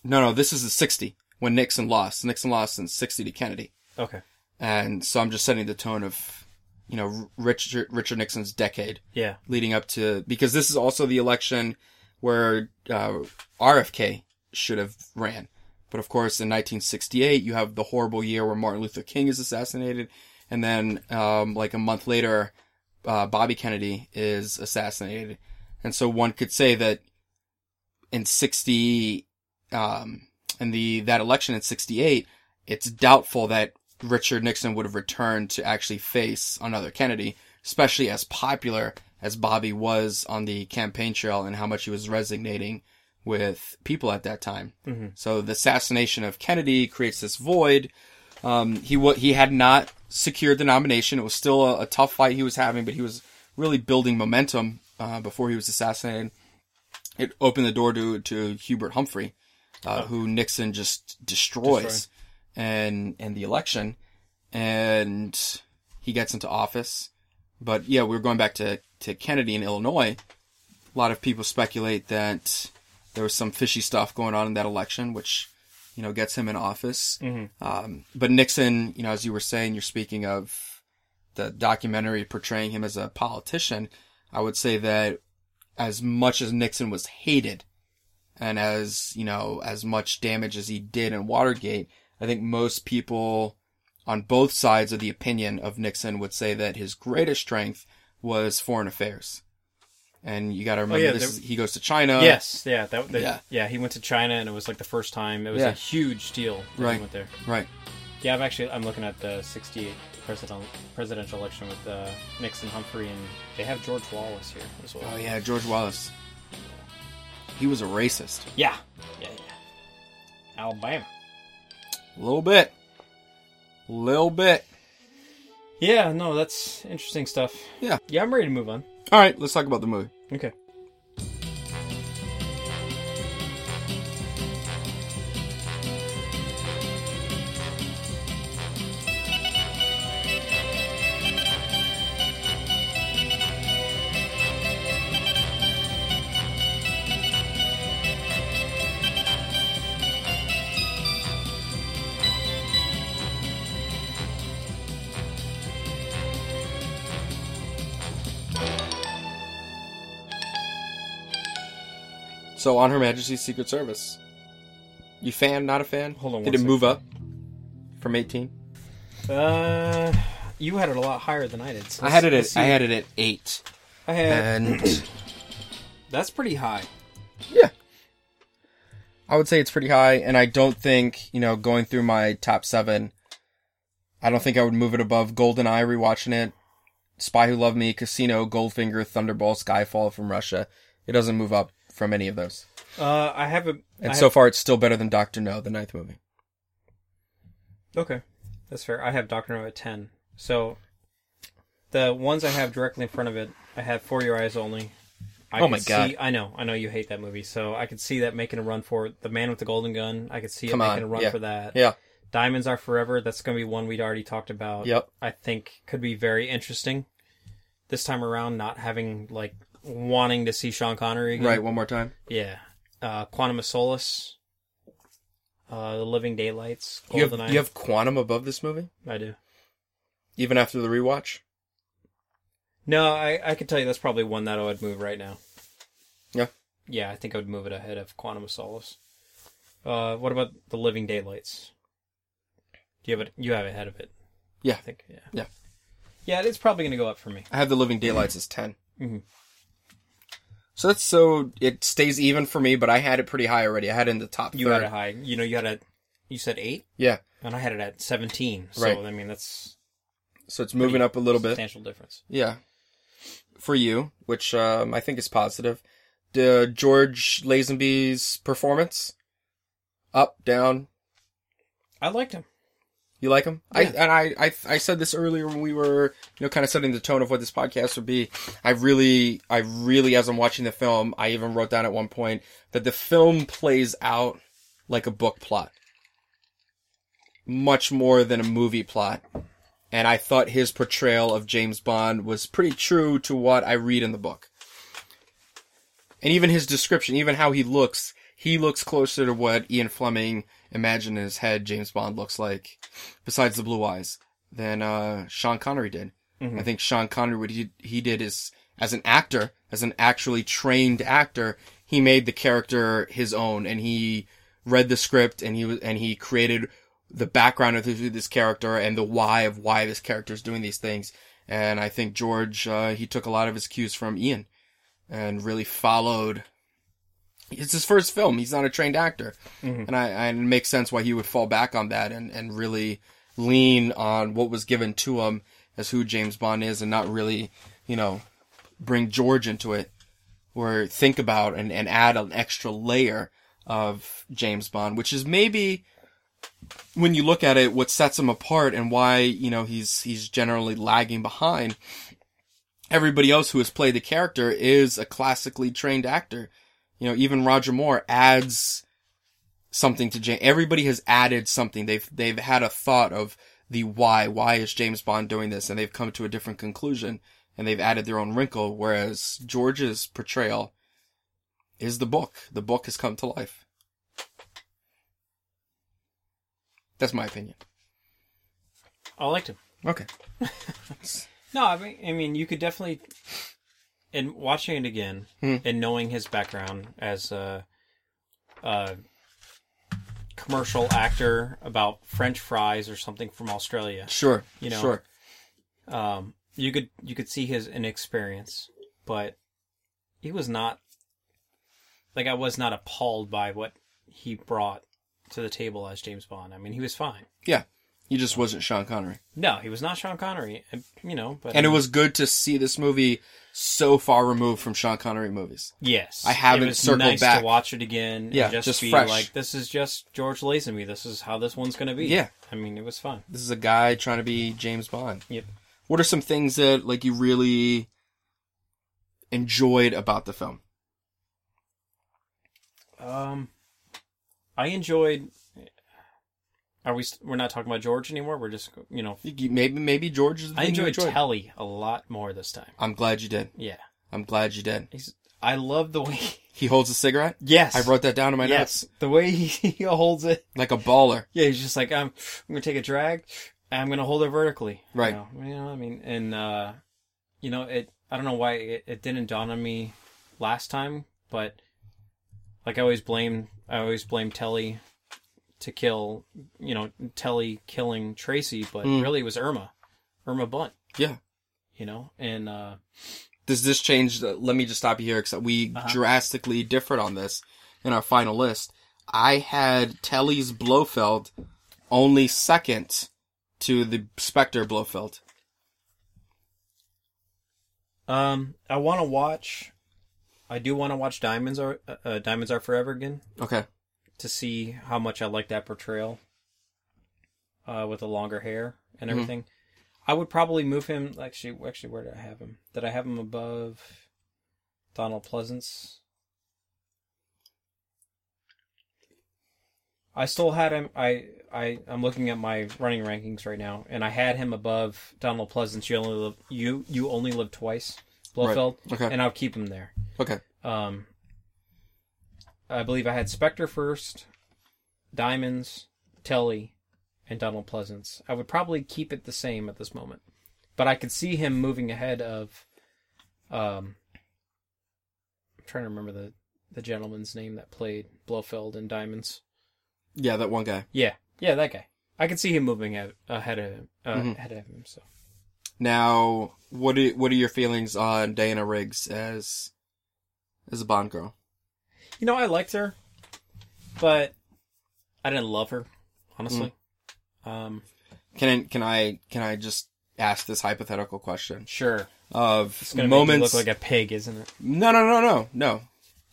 S1: no, no, this is the '60 when Nixon lost. Nixon lost in '60 to Kennedy,
S2: Okay.
S1: and so I'm just setting the tone of, you know, R- Richard Richard Nixon's decade
S2: Yeah.
S1: leading up to because this is also the election where uh, RFK should have ran. But of course, in 1968, you have the horrible year where Martin Luther King is assassinated, and then um, like a month later, uh, Bobby Kennedy is assassinated, and so one could say that in 60, um, in the that election in 68, it's doubtful that Richard Nixon would have returned to actually face another Kennedy, especially as popular as Bobby was on the campaign trail and how much he was resonating with people at that time. So the assassination of Kennedy creates this void. Um, he wa he had not secured the nomination. It was still a, a tough fight he was having, but he was really building momentum uh, before he was assassinated. It opened the door to to Hubert Humphrey, uh, who Nixon just destroys, and and the election, and he gets into office. But yeah, we were going back to to Kennedy in Illinois. A lot of people speculate that there was some fishy stuff going on in that election, which you know gets him in office.
S2: Mm-hmm.
S1: Um, but Nixon, you know, as you were saying, you're speaking of the documentary portraying him as a politician. I would say that as much as Nixon was hated, and as you know, as much damage as he did in Watergate, I think most people on both sides of the opinion of Nixon would say that his greatest strength was foreign affairs. And you got to remember
S2: Oh, yeah,
S1: this:
S2: there-
S1: is- he goes to China.
S2: yes. Yeah. That. that-
S1: Uh, yeah.
S2: yeah. He went to China, and it was like the first time. It was
S1: Yeah.
S2: a huge deal. That He
S1: Right.
S2: went there.
S1: Right.
S2: Yeah, I'm actually I'm looking at the 68 presidential presidential election with uh, Nixon, Humphrey, and they have George Wallace here as well.
S1: Oh yeah, George Wallace. He was a racist.
S2: Yeah, yeah, yeah. Alabama.
S1: A little bit. Little bit.
S2: Yeah, no, that's interesting stuff.
S1: Yeah.
S2: Yeah, I'm ready to move on.
S1: All right, let's talk about the movie.
S2: Okay.
S1: So on Her Majesty's Secret Service. You fan? Not a fan?
S2: Hold on
S1: Did
S2: one
S1: it
S2: sec.
S1: move up from 18?
S2: Uh, you had it a lot higher than I did. so
S1: I had it.
S2: let's-
S1: At, I
S2: let's
S1: had it at eight.
S2: see. I had.
S1: And
S2: That's pretty high.
S1: yeah, I would say it's pretty high. And I don't think you know going through my top seven. I don't think I would move it above GoldenEye. Rewatching it, Spy Who Loved Me, Casino, Goldfinger, Thunderball, Skyfall from Russia. It doesn't move up from any of those.
S2: Uh, I have a.
S1: And
S2: I
S1: so
S2: have-
S1: far, it's still better than Doctor No, the ninth movie.
S2: Okay, that's fair. I have Doctor No at ten. So, the ones I have directly in front of it, I have For Your Eyes Only. I
S1: Oh
S2: could
S1: my God.
S2: See, I know, I know you hate that movie. So I could see that making a run for it. The Man with the Golden Gun. I could see
S1: Come
S2: it
S1: on,
S2: making a run
S1: yeah.
S2: for that.
S1: Yeah,
S2: Diamonds Are Forever. That's going to be one we'd already talked about.
S1: Yep.
S2: I think could be very interesting. This time around, not having like wanting to see Sean Connery again.
S1: right. One more time.
S2: Yeah. Uh, Quantum of Solace. Uh, The Living Daylights.
S1: You have,
S2: Goldeneye.
S1: you have Quantum above this movie,
S2: I do.
S1: even after the rewatch.
S2: No, I, I could tell you that's probably one that I would move right now.
S1: Yeah.
S2: Yeah, I think I would move it ahead of Quantum of Solace. Uh, what about The Living Daylights? Do you have it? You have it ahead of it.
S1: Yeah.
S2: I think. Yeah.
S1: Yeah.
S2: Yeah, it's probably going to go up for me.
S1: I have the Living Daylights as 10
S2: Mhm.
S1: So that's so it stays even for me, but I had it pretty high already. I had it in the top.
S2: You
S1: third.
S2: had it high. You know, you had a. You said eight,
S1: Yeah,
S2: and I had it at seventeen. So
S1: Right.
S2: I mean, that's
S1: so it's moving up a little bit.
S2: Substantial difference.
S1: Yeah, for you, which um, I think is positive. The George Lazenby's performance, up down.
S2: I liked him.
S1: You like him? I
S2: Yeah.
S1: and I, I I said this earlier when we were you know kind of setting the tone of what this podcast would be. I really I really as I'm watching the film, I even wrote down at one point that the film plays out like a book plot. Much more than a movie plot. And I thought his portrayal of James Bond was pretty true to what I read in the book. And even his description, even how he looks, he looks closer to what Ian Fleming imagined in his head James Bond looks like besides the blue eyes than uh, Sean Connery did. I think Sean Connery what he he did is as an actor, as an actually trained actor, he made the character his own, and he read the script, and he was and he created the background of this, this character and the why of why this character is doing these things. And I think George uh, he took a lot of his cues from Ian, and really followed. It's his first film. He's not a trained actor, and I and it makes sense why he would fall back on that and and really lean on what was given to him as who James Bond is and not really, you know, bring George into it or think about and, and add an extra layer of James Bond, which is maybe when you look at it, what sets him apart and why, you know, he's he's generally lagging behind. Everybody else who has played the character is a classically trained actor. You know, even Roger Moore adds something to James. Everybody has added something. They've they've had a thought of the why. Why is James Bond doing this? And they've come to a different conclusion, and they've added their own wrinkle. Whereas George's portrayal is the book. The book has come to life. That's my opinion.
S2: I liked him.
S1: Okay.
S2: No, I mean, I mean, you could definitely, and watching it again
S1: Hmm.
S2: and knowing his background as a, a commercial actor about French fries or something from Australia,
S1: Sure.
S2: You know,
S1: Sure.
S2: um, you could you could see his inexperience, but he was not like I was not appalled by what he brought to the table as James Bond. I mean, he was fine.
S1: Yeah. He just wasn't Sean Connery.
S2: No, he was not Sean Connery. and, You know, but
S1: And it was good to see this movie so far removed from Sean Connery movies.
S2: yes,
S1: I haven't
S2: it was
S1: circled
S2: nice
S1: back.
S2: to watch it again. and
S1: Yeah,
S2: just,
S1: just
S2: be
S1: fresh.
S2: like this is just George Lazenby. This is how this one's going to be.
S1: Yeah.
S2: I mean, it was fun.
S1: This is a guy trying to be James Bond.
S2: Yep.
S1: What are some things that like you really enjoyed about the film?
S2: Um, I enjoyed. Are we? st- We're not talking about George anymore. We're just you know.
S1: You- you- Maybe maybe George is the
S2: I
S1: thing you
S2: enjoyed
S1: enjoyed.
S2: Telly a lot more this time.
S1: I'm glad you did.
S2: Yeah,
S1: I'm glad you did.
S2: he's. I love the way.
S1: He holds a cigarette.
S2: Yes,
S1: I wrote that down in my
S2: yes,
S1: notes
S2: the way he, he holds it.
S1: like a baller.
S2: Yeah, he's just like I'm. I'm gonna take a drag. And I'm gonna hold it vertically. you
S1: Right.
S2: know? You know, what I mean, and uh, you know, it. I don't know why it, it didn't dawn on me last time, but like I always blame. I always blame Telly to kill. You know, Telly killing Tracy, but
S1: Hmm.
S2: really it was Irma, Irma Bunt.
S1: Yeah.
S2: You know, and uh,
S1: Does this change? The, let me just stop you here because we
S2: Uh-huh.
S1: drastically differed on this in our final list. I had Telly's Blofeld only second to the Spectre Blofeld.
S2: um, I want to watch. I do want to watch Diamonds are uh, uh, Diamonds are Forever again.
S1: Okay.
S2: to see how much I like that portrayal uh, with the longer hair and everything. I would probably move him. Actually, actually, where did I have him? Did I have him above Donald Pleasance? I still had him. I I I'm looking at my running rankings right now, and I had him above Donald Pleasance. You only live you you only live twice, Blofeld,
S1: Okay.
S2: and I'll keep him there.
S1: Okay.
S2: Um, I believe I had Spectre first, Diamonds, Telly, and Donald Pleasance. I would probably keep it the same at this moment, but I could see him moving ahead of. Um, I'm trying to remember the the gentleman's name that played Blofeld in Diamonds.
S1: Yeah, that one guy.
S2: Yeah, yeah, that guy. I could see him moving ahead ahead of uh, ahead of him. So
S1: Now, what are, what are your feelings on Diana Riggs as as a Bond girl?
S2: you know, I liked her, but I didn't love her, honestly. Um,
S1: Can I, can I can I just ask this hypothetical question
S2: sure.
S1: of
S2: It's gonna
S1: moments?
S2: make you look like a pig, isn't it?
S1: no, no, no, no, no,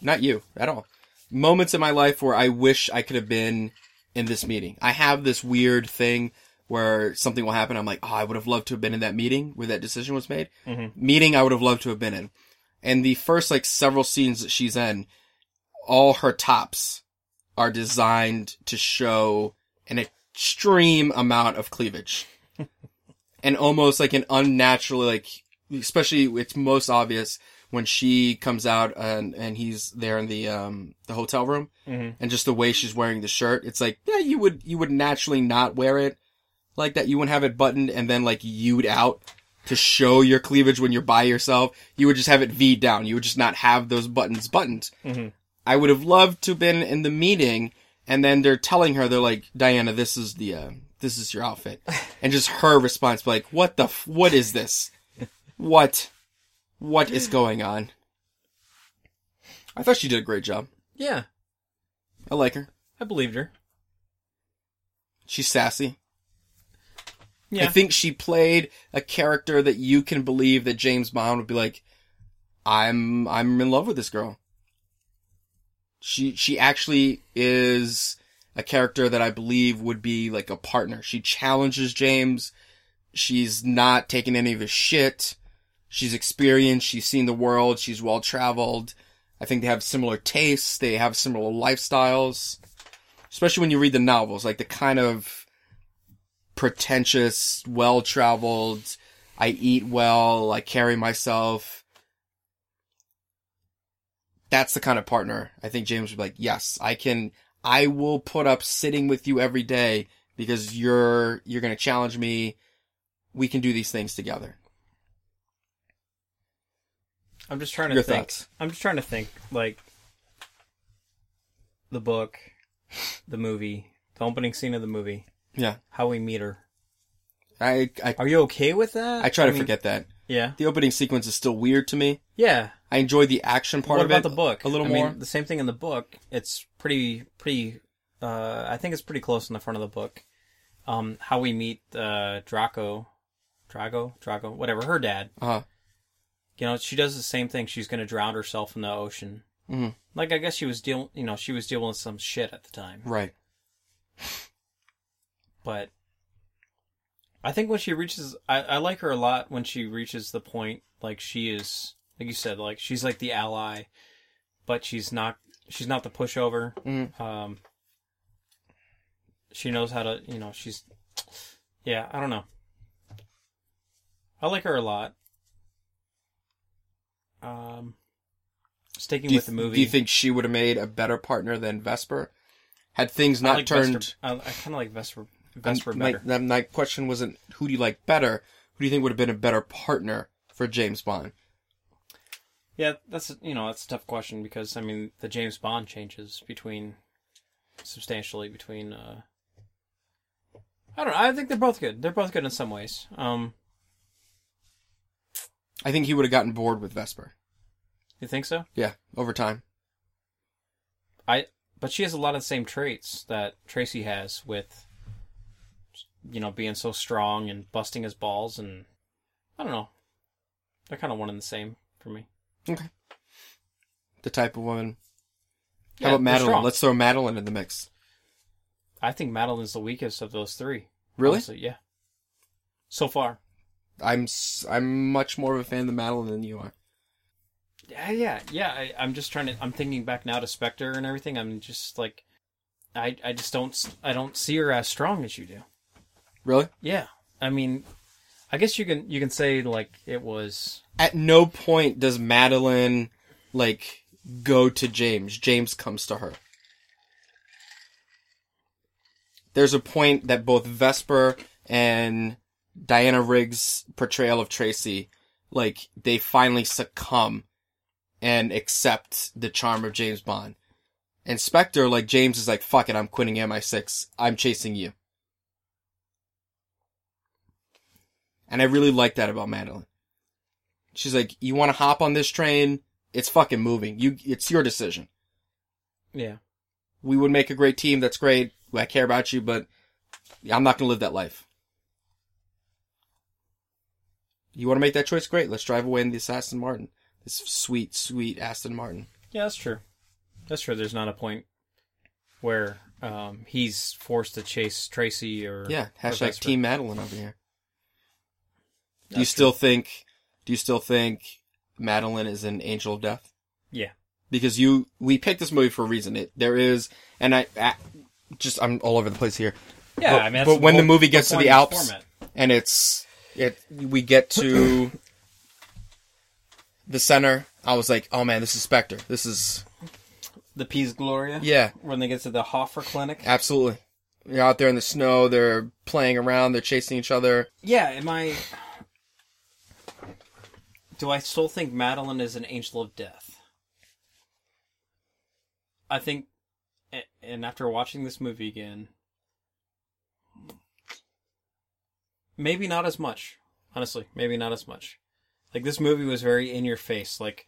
S1: not you at all. Moments in my life where I wish I could have been in this meeting. I have this weird thing where something will happen. I'm like, oh, I would have loved to have been in that meeting where that decision was made. Meeting I would have loved to have been in. And the first like several scenes that she's in, all her tops are designed to show an extreme amount of cleavage and almost like an unnatural like especially it's most obvious when she comes out and and he's there in the um the hotel room and just the way she's wearing the shirt it's like yeah you would you would naturally not wear it like that you wouldn't have it buttoned and then like U'd out to show your cleavage when you're by yourself you would just have it V'd down you would just not have those buttons buttoned I would have loved to have been in the meeting and then they're telling her they're like Diana this is the uh, this is your outfit and just her response be like what the f- what is this what what is going on I thought she did a great job
S2: Yeah,
S1: I like her
S2: I believed her.
S1: she's sassy
S2: Yeah,
S1: I think she played a character that you can believe that James Bond would be like, I'm I'm in love with this girl. She she actually is a character that I believe would be like a partner. She challenges James. She's not taking any of his shit. She's experienced. She's seen the world. She's well traveled. I think they have similar tastes. They have similar lifestyles. Especially when you read the novels, like the kind of pretentious, well traveled. I eat well. I carry myself. That's the kind of partner I think James would be like, yes, I can, I will put up sitting with you every day because you're, you're going to challenge me. We can do these things together.
S2: I'm just trying to
S1: Your
S2: think.
S1: thoughts.
S2: I'm just trying to think like the book, the movie, the opening scene of the movie,
S1: Yeah.
S2: how we meet her.
S1: I, I,
S2: Are you okay with that?
S1: I try to
S2: mean,
S1: forget that.
S2: Yeah,
S1: The opening sequence is still weird to me.
S2: yeah.
S1: I enjoyed the action part
S2: what
S1: of
S2: about
S1: it
S2: the book?
S1: a little
S2: I
S1: more.
S2: Mean, the same thing in the book. It's pretty, pretty. Uh, I think it's pretty close in the front of the book. um, how we meet uh, Draco, Drago, Drago, whatever, her dad.
S1: Uh-huh.
S2: You know, she does the same thing. She's going to drown herself in the ocean.
S1: Mhm.
S2: Like I guess she was dealing, you know, she was dealing with some shit at the time.
S1: Right.
S2: But I think when she reaches, I, I like her a lot when she reaches the point like she is, like you said, like she's like the ally, but she's not. She's not the pushover.
S1: Mm.
S2: Um, she knows how to, you know, she's. Yeah, I don't know. I like her a lot. Um, sticking
S1: Do you,
S2: with the movie.
S1: do you think she would have made a better partner than Vesper? Had things
S2: I
S1: not
S2: like
S1: turned.
S2: Vesper, I, I kind of like Vesper.
S1: Um,
S2: Vesper
S1: my,
S2: better.
S1: that- my question wasn't who do you like better. Who do you think would have been a better partner for James Bond?
S2: Yeah, that's you know that's a tough question because I mean the James Bond changes between substantially between. Uh, I don't know. I think they're both good. They're both good in some ways. Um,
S1: I think he would have gotten bored with Vesper.
S2: you think so?
S1: Yeah, over time.
S2: I but she has a lot of the same traits that Tracy has with you know being so strong and busting his balls and I don't know. They're kind of one and the same for me.
S1: Okay. The type of woman. How
S2: Yeah,
S1: about
S2: they're
S1: Madeline?
S2: strong.
S1: Let's throw Madeline in the mix.
S2: I think Madeline's the weakest of those three.
S1: Really?
S2: honestly, yeah. So far.
S1: I'm s- I'm much more of a fan of Madeline than you are.
S2: Yeah, yeah, yeah. I, I'm just trying to. I'm thinking back now to Spectre and everything. I'm just like, I, I just don't. s- I don't see her as strong as you do.
S1: Really?
S2: Yeah. I mean, I guess you can you can say like it was.
S1: At no point does Madeline like go to James. James comes to her. There's a point that both Vesper and Diana Riggs' portrayal of Tracy, like they finally succumb and accept the charm of James Bond. And Spectre, like James, is like, "Fuck it, I'm quitting MI6. I'm chasing you." And I really like that about Madeline. She's like, "You want to hop on this train? It's fucking moving. You, it's your decision.
S2: Yeah.
S1: We would make a great team. That's great. I care about you, but I'm not gonna live that life. You want to make that choice? Great. Let's drive away in this Aston Martin. This sweet, sweet Aston Martin.
S2: Yeah, that's true. That's true. There's not a point where um, he's forced to chase Tracy or
S1: Yeah.
S2: or
S1: Hashtag
S2: Vesper.
S1: Team Madeline over here. Do you
S2: That's
S1: still think? Do you still think Madeline is an angel of death?
S2: Yeah.
S1: because you we picked this movie for a reason. It there is, and I, I just I'm all over the place here.
S2: Yeah.
S1: but,
S2: I mean, that's
S1: but when the
S2: whole-
S1: movie gets to
S2: point
S1: the
S2: of this
S1: Alps
S2: format.
S1: and it's it, we get to the center. I was like, oh man, this is Spectre. This is
S2: the Peas Gloria.
S1: yeah,
S2: When they get to the Hoffer Clinic.
S1: absolutely. You're out there in the snow. They're playing around. They're chasing each other.
S2: Yeah, am I? Do I still think Madeline is an angel of death? I think, a- and after watching this movie again, maybe not as much. Honestly, maybe not as much. Like this movie was very in your face. Like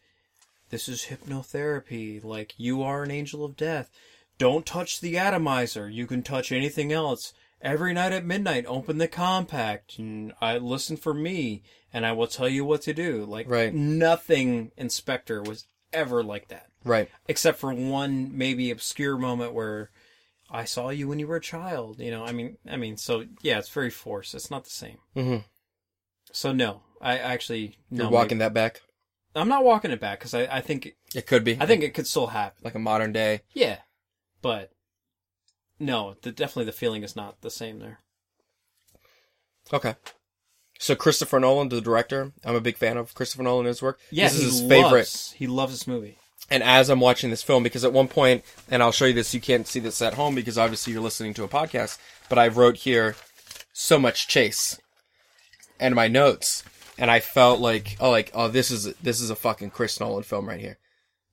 S2: this is hypnotherapy. Like you are an angel of death. Don't touch the atomizer. You can touch anything else. Every night at midnight, open the compact. And I listen for me, and I will tell you what to do. Like
S1: Right.
S2: nothing, Inspector was ever like that,
S1: Right.
S2: except for one maybe obscure moment where I saw you when you were a child. You know, I mean, I mean, so yeah, it's very forced. It's not the same.
S1: Mhm.
S2: So no, I actually
S1: You're
S2: no,
S1: walking that back.
S2: I'm not walking it back because I, I think
S1: It could be.
S2: I think it could still happen.
S1: like a modern day.
S2: Yeah, but no, the, definitely the feeling is not the same there.
S1: Okay. So Christopher Nolan, the director, I'm a big fan of Christopher Nolan and his work.
S2: Yeah,
S1: this
S2: he
S1: is his
S2: loves,
S1: favorite.
S2: He loves this movie.
S1: and as I'm watching this film, because at one point, and I'll show you this, you can't see this at home because obviously you're listening to a podcast, but I wrote here so much chase and my notes. And I felt like, oh, like, oh, this is, this is a fucking Chris Nolan film right here.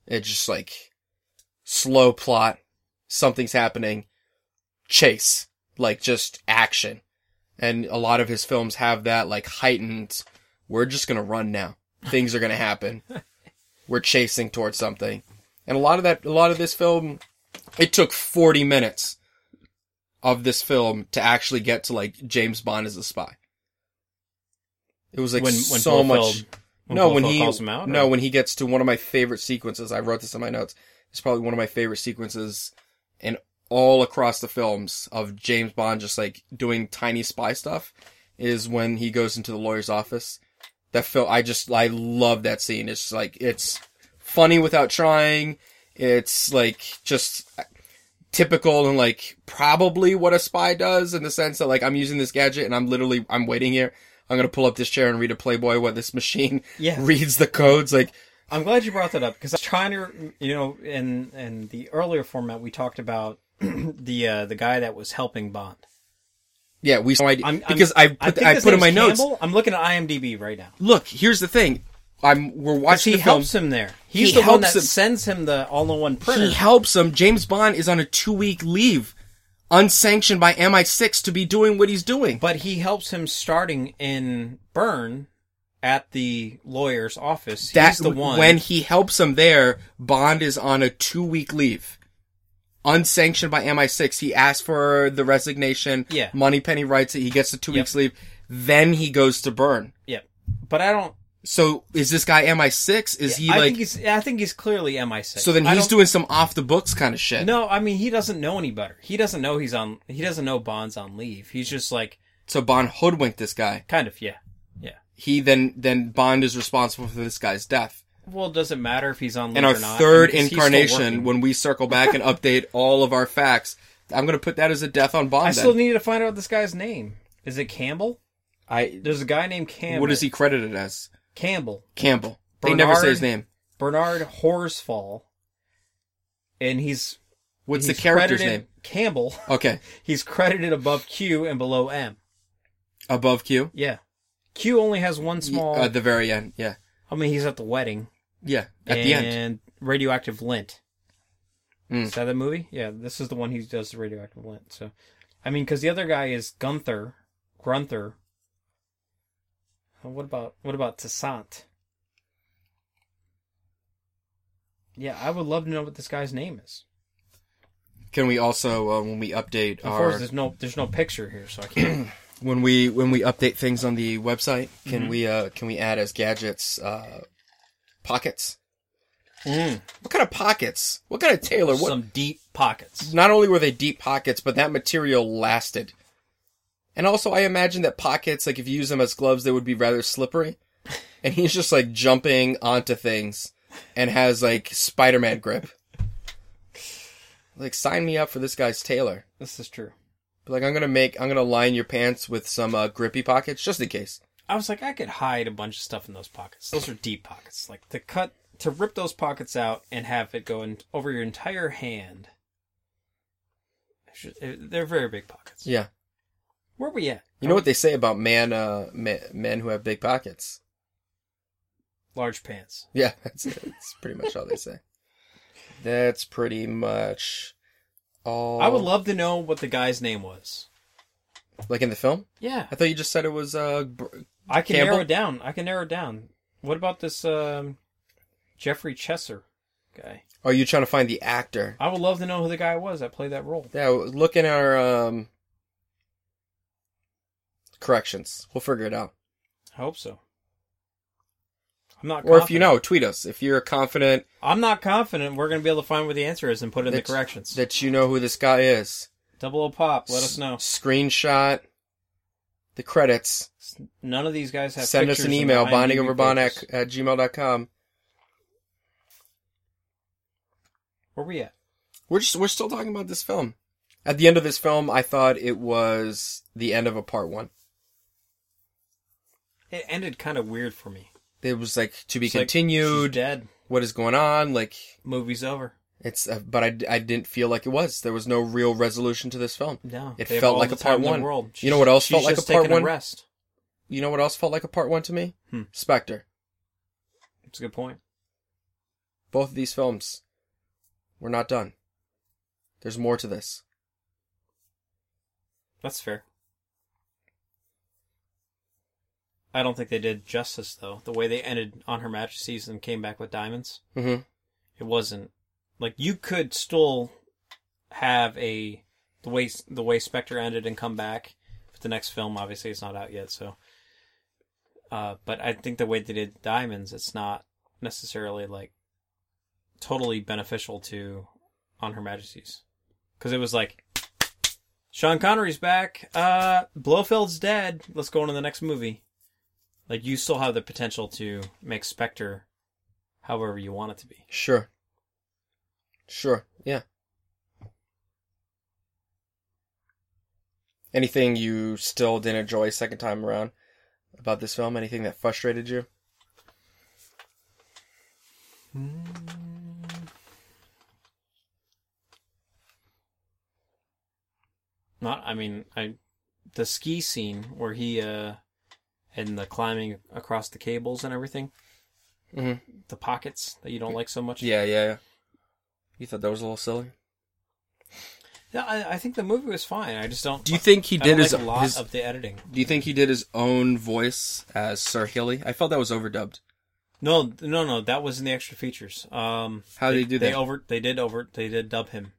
S1: It's just like slow plot. Something's happening. Chase. Like just action. And a lot of his films have that like heightened. We're just going to run now. Things are going to happen we're chasing towards something. And a lot of that, a lot of this film, it took 40 minutes of this film to actually get to like James Bond as a spy. It was like
S2: When- when
S1: so
S2: Blofeld-
S1: much.
S2: when
S1: no, when
S2: Blofeld
S1: he
S2: calls him out,
S1: no,
S2: or-
S1: when he gets to one of my favorite sequences. I wrote this in my notes. It's probably one of my favorite sequences in all across the films of James Bond just like doing tiny spy stuff. Is when he goes into the lawyer's office. That film, I just I love that scene. It's like it's funny without trying. It's like just typical and like probably what a spy does in the sense that like I'm using this gadget and I'm literally I'm waiting here. I'm gonna pull up this chair and read a Playboy what this machine
S2: Yeah.
S1: reads the codes. Like
S2: I'm glad you brought that up because I'm trying to, you know, in in the earlier format we talked about the uh, the guy that was helping Bond.
S1: yeah, we no idea
S2: I'm, I'm-
S1: because I put
S2: think
S1: I,
S2: his
S1: put in my
S2: name's Campbell.
S1: notes.
S2: I'm looking at IMDb right now.
S1: Look, here's the thing. I'm we're
S2: 'Cause
S1: watching
S2: he
S1: the film.
S2: helps him there. He's
S1: He
S2: the one
S1: helps
S2: that
S1: him.
S2: sends him the all-in-one printer.
S1: He helps him. James Bond is on a two week leave, unsanctioned by MI6 to be doing what he's doing.
S2: but he helps him starting in Bern at the lawyer's office.
S1: That's
S2: He's the one
S1: when he helps him there. Bond is on a two week leave, unsanctioned by MI6. He asks for the resignation.
S2: Yeah.
S1: Money Penny writes it. He gets the two
S2: Yep.
S1: weeks leave. Then he goes to Burn.
S2: Yeah, but I don't.
S1: So is this guy MI6? Is he
S2: I
S1: like?
S2: think he's. I think he's clearly MI6.
S1: so then
S2: I
S1: he's
S2: don't-
S1: doing some off the books kind of shit.
S2: No, I mean he doesn't know any better. He doesn't know he's on. He doesn't know Bond's on leave. He's just like
S1: So Bond hoodwinked this guy.
S2: kind of yeah, yeah.
S1: He then then Bond is responsible for this guy's death.
S2: Well, it doesn't matter if he's on leave
S1: in our
S2: or not.
S1: third
S2: because he's still
S1: incarnation,
S2: working.
S1: when we circle back and update all of our facts, I'm gonna put that as a death on Bond.
S2: I
S1: then.
S2: still need to find out this guy's name. Is it Campbell?
S1: I
S2: There's a guy named Campbell.
S1: what is he credited as?
S2: Campbell.
S1: Campbell. they never say his
S2: Bernard-
S1: name.
S2: Bernard Horsfall. And he's
S1: What's the
S2: he's
S1: character's
S2: credited-
S1: name?
S2: Campbell.
S1: Okay,
S2: He's credited above Q and below M.
S1: above Q.
S2: Yeah. Q only has one small.
S1: At uh, the very end. Yeah,
S2: I mean, he's at the wedding.
S1: yeah. At the end.
S2: And radioactive lint.
S1: Mm.
S2: Is that the movie? Yeah, this is the one he does the radioactive lint. So, I mean, because the other guy is Gunther, Grunther. Uh, What about what about Tessant? Yeah, I would love to know what this guy's name is.
S1: Can we also uh, when we update
S2: Unfortunately,
S1: our
S2: there's no there's no picture here, so I can't.
S1: when we when we update things on the website? Can
S2: Mm-hmm.
S1: we uh can we add as gadgets uh pockets?
S2: Mm.
S1: What kind of pockets? What kind of tailor? What
S2: Some deep pockets.
S1: not only were they deep pockets, but that material lasted. And also, I imagine that pockets, like if you use them as gloves, they would be rather slippery. And he's just like jumping onto things and has like Spider Man grip. Like, sign me up for this guy's tailor.
S2: This is true.
S1: But, like, I'm gonna make, I'm gonna line your pants with some uh, grippy pockets just in case.
S2: I was like, I could hide a bunch of stuff in those pockets. Those are deep pockets. Like to cut to rip those pockets out and have it go in, over your entire hand. It's just- it- They're very big pockets.
S1: Yeah.
S2: Where we at?
S1: You know what they say about man, uh, men, men who have big pockets?
S2: Large pants.
S1: Yeah, that's it. That's pretty much all they say. That's pretty much all.
S2: I would love to know what the guy's name was.
S1: Like in the film?
S2: Yeah,
S1: I thought you just said it was uh br-
S2: I can
S1: Campbell?
S2: narrow it down. I can narrow it down. What about this um, Jeffrey Chesser guy?
S1: are you oh, trying to find the actor?
S2: I would love to know who the guy was that played that role.
S1: Yeah, look in our um corrections. We'll figure it out.
S2: I hope so. I'm not.
S1: Or if you
S2: confident.
S1: know, tweet us if you're confident
S2: I'm not confident we're going to be able to find where the answer is and put it in the
S1: that,
S2: corrections.
S1: that you know who this guy is.
S2: Double O Pop, let us know.
S1: S- Screenshot the credits.
S2: None of these guys have
S1: Send us
S2: pictures
S1: an
S2: in
S1: email,
S2: the IMDb
S1: bondingoverbond
S2: pages.
S1: at, at gmail.com.
S2: Where we at?
S1: We're just we're still talking about this film. At the end of this film, I thought it was the end of a part one.
S2: It ended kind of weird for me.
S1: It was like to be
S2: It's like, she's
S1: continued.
S2: dead.
S1: what is going on? Like
S2: Movie's over.
S1: It's, uh, but I, I didn't feel like it was. There was no real resolution to this film.
S2: No.
S1: it
S2: They have
S1: felt
S2: all
S1: like
S2: the
S1: a
S2: time
S1: part
S2: in the
S1: one.
S2: world.
S1: You know what else
S2: She's
S1: felt like a
S2: just
S1: part
S2: taking
S1: one?
S2: A rest.
S1: You know what else felt like a part one to me?
S2: Hmm.
S1: Spectre.
S2: It's a good point.
S1: Both of these films, we're not done. There's more to this.
S2: That's fair. I don't think they did justice though. The way they ended on Her Majesty's and came back with diamonds.
S1: Mm-hmm.
S2: It wasn't like you could still have a the way the way Spectre ended and come back. But the next film, obviously, it's not out yet. So, uh, but I think the way they did Diamonds, it's not necessarily like totally beneficial to On Her Majesty's because it was like Sean Connery's back, uh, Blofeld's dead. Let's go on to the next movie. Like you still have the potential to make Spectre, however you want it to be.
S1: Sure. Sure. Yeah. Anything you still didn't enjoy second time around about this film? Anything that frustrated you?
S2: Not, I mean, I the ski scene where he uh and the climbing across the cables and everything,
S1: Mhm.
S2: the pockets that you don't like so much.
S1: Yeah, yeah, yeah. You thought that was a little silly.
S2: No, I, I think the movie was fine. I just don't.
S1: Do you think he
S2: I
S1: did
S2: don't
S1: his-
S2: like a lot
S1: his-
S2: of the editing?
S1: Do you think he did his own voice as Sir Hilly? I felt that was overdubbed.
S2: No, no, no. That was in the extra features. Um,
S1: How did he do
S2: they
S1: that?
S2: over. They did over. They did dub him.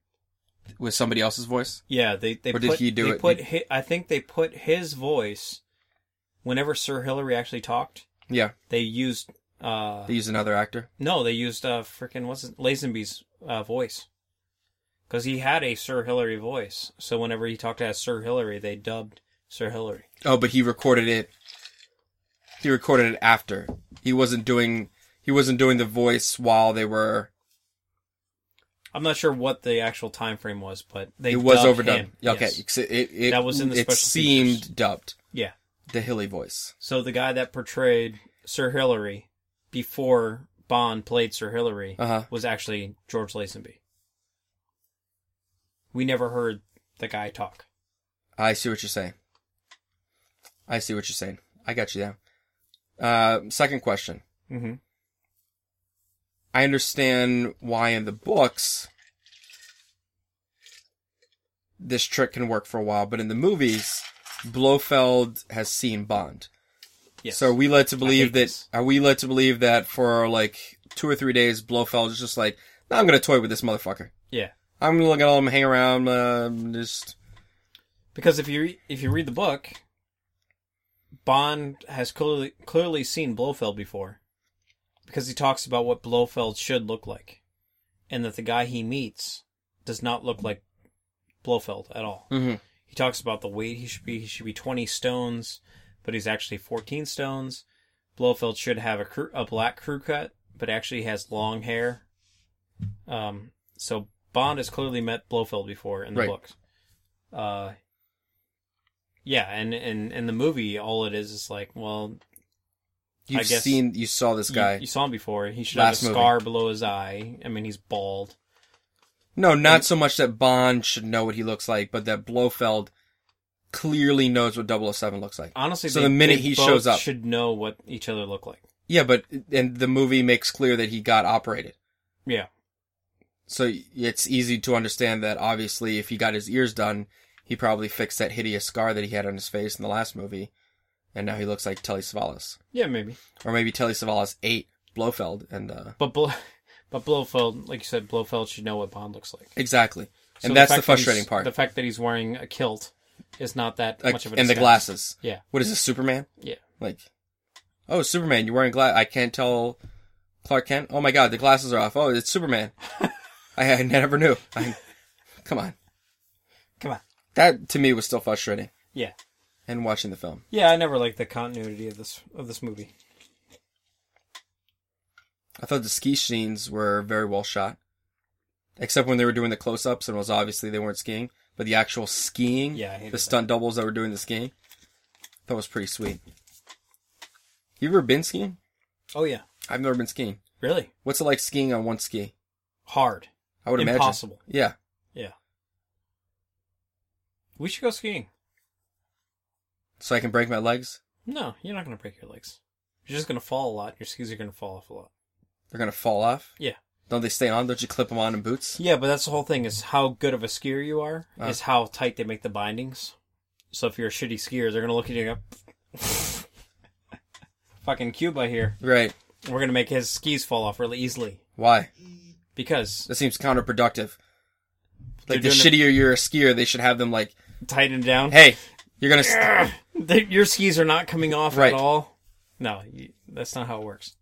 S1: With somebody else's voice?
S2: Yeah, they they
S1: Or
S2: put,
S1: did he do
S2: they
S1: it?
S2: Put hi, I think they put his voice whenever Sir Hillary actually talked.
S1: Yeah.
S2: They used uh
S1: They used another actor.
S2: no, they used uh freaking what's it Lazenby's uh, voice because he had a Sir Hillary voice. So whenever he talked as Sir Hillary, they dubbed Sir Hillary.
S1: Oh, but he recorded it. He recorded it after. He wasn't doing. He wasn't doing the voice while they were.
S2: I'm not sure what the actual time frame was, but they
S1: it was
S2: dubbed
S1: overdubbed.
S2: him,
S1: Okay,
S2: yes.
S1: it, it, it-
S2: That was in the
S1: It
S2: special
S1: seemed
S2: features.
S1: dubbed.
S2: Yeah.
S1: The Hilly voice.
S2: So the guy that portrayed Sir Hillary before Bond played Sir Hillary
S1: Uh-huh.
S2: was actually George Lazenby. We never heard the guy talk.
S1: I see what you're saying. I see what you're saying. I got you now. Uh, second question.
S2: Mm-hmm.
S1: I understand why in the books this trick can work for a while, but in the movies, Blofeld has seen Bond.
S2: Yes.
S1: So are we led to
S2: hate
S1: believe that
S2: this.
S1: are we led to believe that for like two or three days Blofeld is just like, no, I'm gonna toy with this motherfucker.
S2: yeah,
S1: I'm gonna look at him, hang around, uh, just
S2: because if you re- if you read the book, Bond has clearly clearly seen Blofeld before, because he talks about what Blofeld should look like, and that the guy he meets does not look like Blofeld at all.
S1: Mhm.
S2: He talks about the weight he should be. He should be 20 stones, but he's actually 14 stones. Blofeld should have a crew, a black crew cut, but actually has long hair. Um, so Bond has clearly met Blofeld before in the
S1: Right.
S2: books. Uh, yeah, and and in the movie, all it is is like, well,
S1: you've
S2: guess-
S1: seen, you saw this
S2: you-
S1: guy.
S2: you, saw him before. He should
S1: Last
S2: have a
S1: movie.
S2: scar below his eye. I mean, he's bald.
S1: No, not so much that Bond should know what he looks like, but that Blofeld clearly knows what 007 looks like.
S2: Honestly,
S1: so
S2: they-
S1: the minute
S2: they
S1: he
S2: both
S1: shows up,
S2: should know what each other look like.
S1: yeah, but and the movie makes clear that he got operated,
S2: Yeah,
S1: so it's easy to understand that. Obviously, if he got his ears done, he probably fixed that hideous scar that he had on his face in the last movie, and now he looks like Telly Savalas,
S2: yeah, maybe.
S1: or maybe Telly Savalas ate Blofeld, and uh,
S2: But Blo- but Blofeld, like you said, Blofeld should know what Bond looks like.
S1: exactly,
S2: So
S1: and that's
S2: fact
S1: the
S2: that
S1: frustrating
S2: he's-
S1: part,
S2: The fact that he's wearing a kilt is not that
S1: like,
S2: much of an
S1: and the
S2: disguise.
S1: glasses.
S2: Yeah,
S1: What is this, Superman?
S2: yeah.
S1: Like, oh, Superman, you're wearing glass. I can't tell Clark Kent. Oh my God, the glasses are off. Oh, it's Superman. I, I never knew. I, come on,
S2: Come on.
S1: that to me was still frustrating.
S2: Yeah,
S1: And watching the film,
S2: yeah. I never liked the continuity of this of this movie.
S1: I thought the ski scenes were very well shot, except when they were doing the close-ups, and it was obviously they weren't skiing, but the actual skiing,
S2: Yeah, I hated
S1: the
S2: that.
S1: stunt doubles that were doing the skiing, that was pretty sweet. You ever been skiing?
S2: Oh yeah,
S1: I've never been skiing.
S2: really
S1: What's it like skiing on one ski?
S2: hard.
S1: I would imagine
S2: Impossible.
S1: Yeah.
S2: Yeah. We should go skiing.
S1: so I can break my legs.
S2: No, you're not gonna break your legs. You're just gonna fall a lot. Your skis are gonna fall off a lot.
S1: They're gonna fall off.
S2: Yeah.
S1: Don't they stay on? Don't you clip them on in boots?
S2: Yeah, but that's the whole thing is how good of a skier you are
S1: Uh.
S2: is how tight they make the bindings. So if you're a shitty skier, they're gonna look at you and go, "Fucking Cuba here.
S1: Right.
S2: We're gonna make his skis fall off really easily
S1: Why?
S2: because
S1: That seems counterproductive. Like the
S2: They're doing
S1: shittier you're a skier, they should have them like,
S2: tighten it down.
S1: hey, you're gonna st-
S2: They- your skis are not coming off
S1: Right.
S2: at all. No, you, that's not how it works.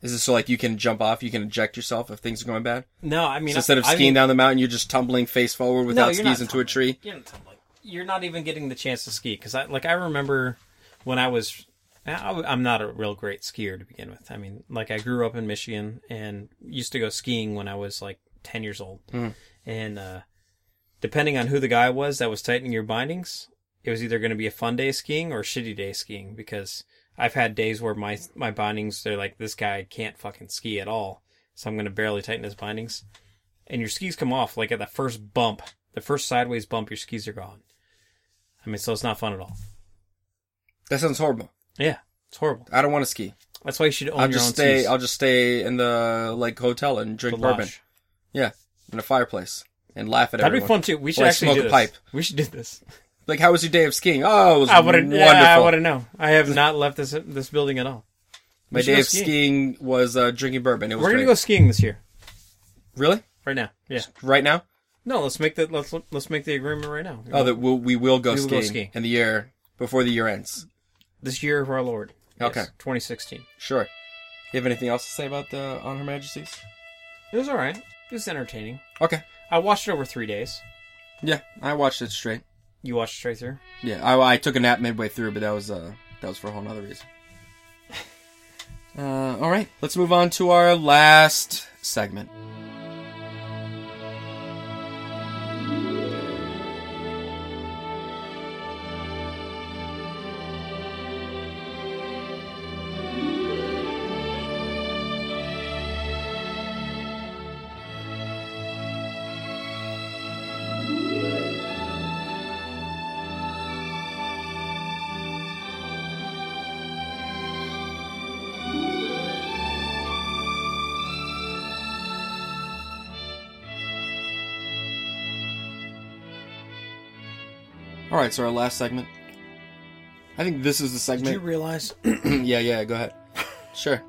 S1: is this so like you can jump off, you can eject yourself if things are going bad?
S2: No, I mean
S1: So instead of
S2: I
S1: skiing
S2: mean,
S1: down the mountain, you're just tumbling face forward without
S2: you're
S1: skis
S2: not
S1: into a tree.
S2: You're not, tumbling. You're not even getting the chance to ski because I like I remember when I was. I- I'm not a real great skier to begin with. I mean, like I grew up in Michigan and used to go skiing when I was like 10 years old.
S1: Hmm.
S2: And uh, depending on who the guy was that was tightening your bindings, it was either going to be a fun day skiing or a shitty day skiing because I've had days where my my bindings they're like this guy can't fucking ski at all, so I'm going to barely tighten his bindings, and your skis come off like at the first bump, the first sideways bump, your skis are gone. I mean, so it's not fun at all.
S1: That sounds horrible.
S2: Yeah, it's horrible.
S1: I don't want to ski.
S2: That's why you should own
S1: I'll
S2: your
S1: just
S2: own
S1: stay.
S2: skis.
S1: I'll just stay in the like hotel and drink
S2: The
S1: bourbon.
S2: lodge.
S1: Yeah, in a fireplace and laugh at
S2: That'd
S1: everyone.
S2: be fun too. We should
S1: Or, like,
S2: actually
S1: smoke
S2: do
S1: a
S2: this.
S1: pipe.
S2: We should do this.
S1: Like, how was your day of skiing? Oh, it was
S2: I wouldn't.
S1: wonderful.
S2: Yeah, I wouldn't know. I have not left this this building at all.
S1: My
S2: We should
S1: day
S2: go
S1: of
S2: skiing.
S1: skiing was uh, drinking bourbon. It was
S2: We're gonna
S1: great.
S2: go skiing this year,
S1: Really?
S2: right now. Yeah.
S1: Right now?
S2: No, let's make the let's let's make the agreement right now.
S1: Oh, that we'll, we will go
S2: We will
S1: skiing
S2: go skiing.
S1: in the year before the year ends.
S2: this year of our Lord.
S1: Okay.
S2: 2016.
S1: Sure. You have anything else to say about the on Her Majesty's?
S2: It was all right. It was entertaining.
S1: Okay.
S2: I watched it over three days.
S1: Yeah, I watched it straight.
S2: You watched it straight through.
S1: Yeah, I, I took a nap midway through, but that was uh that was for a whole nother reason. Uh, all right, let's move on to our last segment. All right, so our last segment. I think this is the
S2: Did you
S1: segment.
S2: realize
S1: yeah, yeah, go ahead. Sure.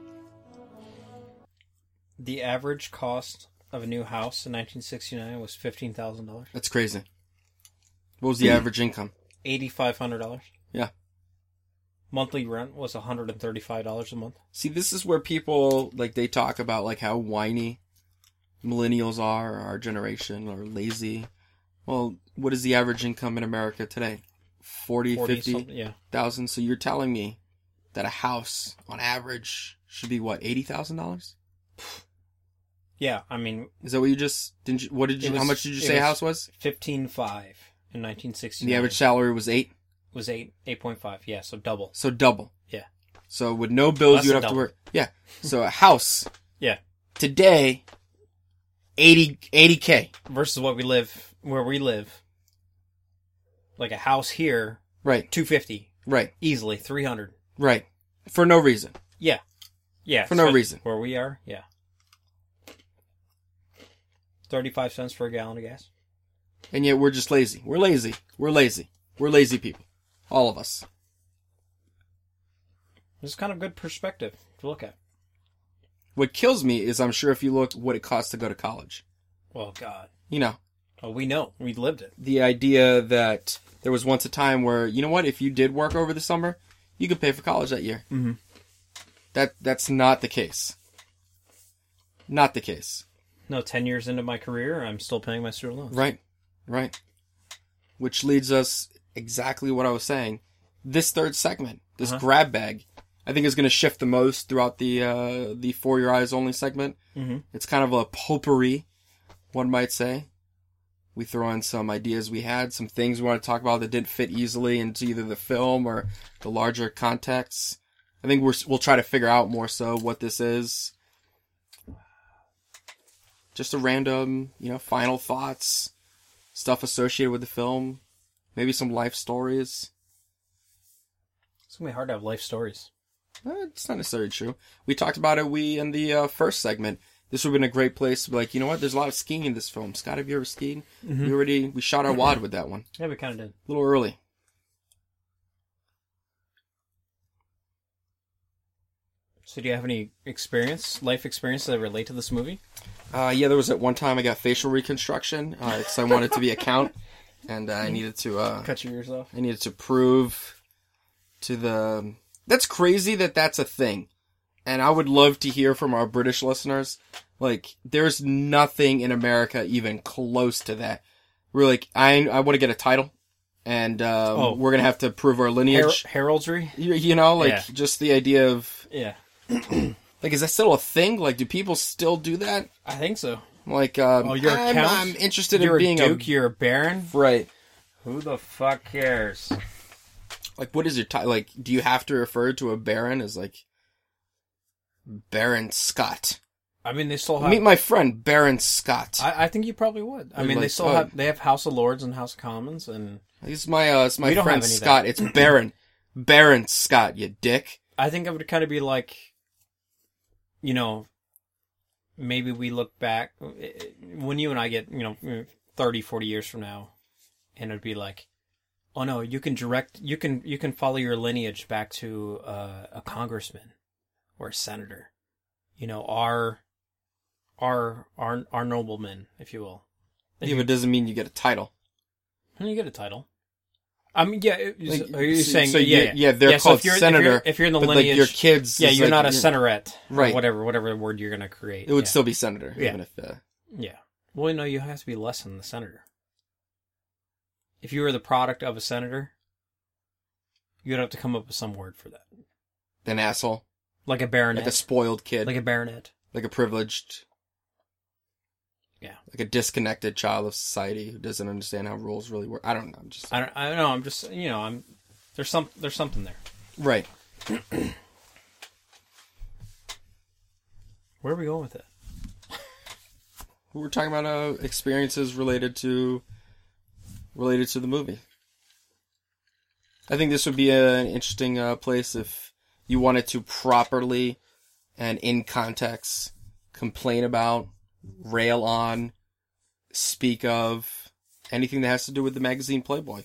S2: the average cost of a new house in 1969 was fifteen thousand dollars,
S1: That's crazy. What was the average income?
S2: eighty five hundred dollars.
S1: Yeah.
S2: Monthly rent was one hundred and thirty five dollars a month.
S1: See, this is where people like they talk about like how whiny millennials are, or our generation, or lazy. Well, what is the average income in America today? 40,
S2: 40 something,
S1: 50
S2: yeah.
S1: thousand. So you're telling me that a house on average should be what eighty thousand dollars?
S2: Yeah, I mean
S1: Is that what you just didn't? You, what did
S2: It
S1: you?
S2: was-
S1: how much did you
S2: it
S1: say a
S2: was-
S1: house was?
S2: fifteen five in nineteen sixty.
S1: And the average salary was eight,
S2: was eight eight point five. Yeah, so double.
S1: so double.
S2: Yeah,
S1: So with no bills,
S2: Less
S1: you'd
S2: than
S1: have to
S2: double.
S1: work. Yeah. So a house
S2: yeah.
S1: today, 80 k.
S2: versus what we live where we live like a house here
S1: Right.
S2: 250
S1: Right.
S2: easily 300
S1: Right. For no reason.
S2: yeah yeah
S1: For no
S2: especially
S1: reason.
S2: where we are yeah 35 cents for a gallon of gas
S1: And yet we're just lazy. We're lazy. We're lazy. We're lazy people. All of us.
S2: it's kind of good perspective to look at
S1: What kills me is I'm sure if you looked what it costs to go to college.
S2: well god
S1: You know,
S2: oh we know we lived it
S1: the idea that there was once a time where, you know what, if you did work over the summer, you could pay for college that year. Mm-hmm. That that's not the case. Not the case.
S2: no 10 years into my career i'm still paying my student loans
S1: Right. Right. Which leads us exactly what I was saying. This third segment, this grab bag, I think is going to shift the most throughout the uh, the for your eyes only segment. Mm-hmm. It's kind of a potpourri, one might say. We throw in some ideas we had, some things we want to talk about that didn't fit easily into either the film or the larger context. I think we're we'll try to figure out more so what this is. Just a random, you know, final thoughts, stuff associated with the film, maybe some life stories.
S2: it's gonna be hard to have life stories
S1: Uh, it's not necessarily true. We talked about it. We in the uh, first segment. This would have been a great place to be like, you know what? There's a lot of skiing in this film. Scott, have you ever skied? We already we shot our wad with that one.
S2: yeah we kind of did
S1: A little early.
S2: so do you have any experience life experience that relate to this movie
S1: Uh, yeah, there was at one time I got facial reconstruction uh, 'cause I wanted to be a count, and I needed to uh,
S2: Cut your ears off.
S1: I needed to prove to the. That's crazy that that's a thing. And I would love to hear from our British listeners. Like, there's nothing in America even close to that. We're like, I, I want to get a title, and um,
S2: Oh.
S1: we're going to have to prove our lineage.
S2: Her- heraldry.
S1: you, you know, like,
S2: Yeah.
S1: just the idea of.
S2: Yeah,
S1: Like, is that still a thing? Like, do people still do that?
S2: I think so.
S1: Like, um,
S2: Oh, you're a
S1: I'm,
S2: count?
S1: I'm interested
S2: you're
S1: in being
S2: a duke.
S1: a.
S2: You're a baron.
S1: Right.
S2: Who the fuck cares?
S1: like what is your title? Like, do you have to refer to a baron as like Baron Scott?
S2: I mean, they still have.
S1: Meet my friend Baron Scott.
S2: I, I think you probably would. I
S1: They're
S2: mean, they
S1: like,
S2: still
S1: oh.
S2: have. They have House of Lords and House of Commons, and
S1: it's my uh, it's my
S2: We don't
S1: friend
S2: have any of
S1: Scott.
S2: that.
S1: It's Baron Baron Scott. You dick.
S2: I think I would kind of be like, you know, maybe we look back uh, when you and I get, you know, 30, 40 years from now, and it'd be like, oh no, you can direct, you can, you can follow your lineage back to uh, a congressman or a senator, you know, our, our, our, our nobleman, if you will. Then
S1: Yeah, but it doesn't mean you get a title.
S2: And you get a title. I mean, yeah. it-
S1: Like,
S2: are you
S1: so-
S2: saying
S1: so
S2: yeah,
S1: you-
S2: yeah,
S1: yeah, they're
S2: so
S1: called
S2: if you're, If
S1: senator,
S2: you're, if you're in the
S1: but, like,
S2: lineage,
S1: your kids
S2: Yeah,
S1: is
S2: you're
S1: like-
S2: not a
S1: you're-
S2: senatorette, or
S1: Right.
S2: Whatever, whatever word you're gonna create.
S1: It would
S2: yeah.
S1: still be senator,
S2: Yeah.
S1: even if uh,
S2: Yeah. Well, no, you have to be less than the senator. If you were the product of a senator, you'd have to come up with some word for that,
S1: an asshole,
S2: like a baronet,
S1: like a spoiled kid,
S2: like a baronet.
S1: like a privileged,
S2: Yeah.
S1: like a disconnected child of society who doesn't understand how rules really work. I don't know. I'm just
S2: I don't. I don't know. I'm just. You know. I'm. There's some. There's something there.
S1: right.
S2: Where are we going with it?
S1: We were talking about uh, experiences related to related to the movie. I think this would be a- an interesting uh, place if you wanted to properly and in context complain about, rail on, speak of anything that has to do with the magazine Playboy.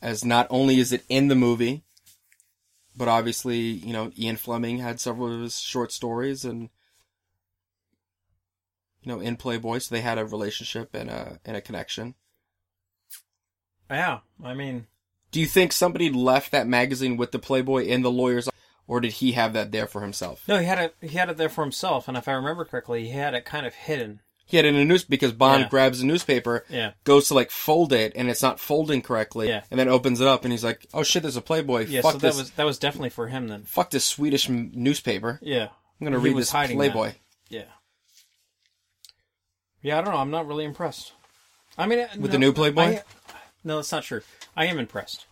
S1: As not only is it in the movie, but obviously, you know, Ian Fleming had several of his short stories and you know, in Playboy, so they had a relationship and a and a connection.
S2: Yeah. I mean.
S1: Do you think somebody left that magazine with the Playboy and the lawyers, or did he have that there for himself?
S2: No, he had it. He had it there for himself, and if I remember correctly, he had it kind of hidden.
S1: He had it in a news because Bond
S2: Yeah.
S1: grabs a newspaper,
S2: Yeah.
S1: goes to like fold it, and it's not folding correctly,
S2: Yeah.
S1: and then opens it up, and he's like, "Oh shit, there's a Playboy.
S2: Yeah.
S1: fuck
S2: so
S1: this,
S2: that was that was definitely for him then.
S1: fuck this Swedish m- newspaper.
S2: Yeah.
S1: I'm gonna
S2: He
S1: read
S2: was
S1: this
S2: hiding
S1: Playboy."
S2: that. Yeah. Yeah, I don't know. I'm not really impressed. I mean, uh,
S1: With the new Playboy?
S2: no, that's not true. I am impressed.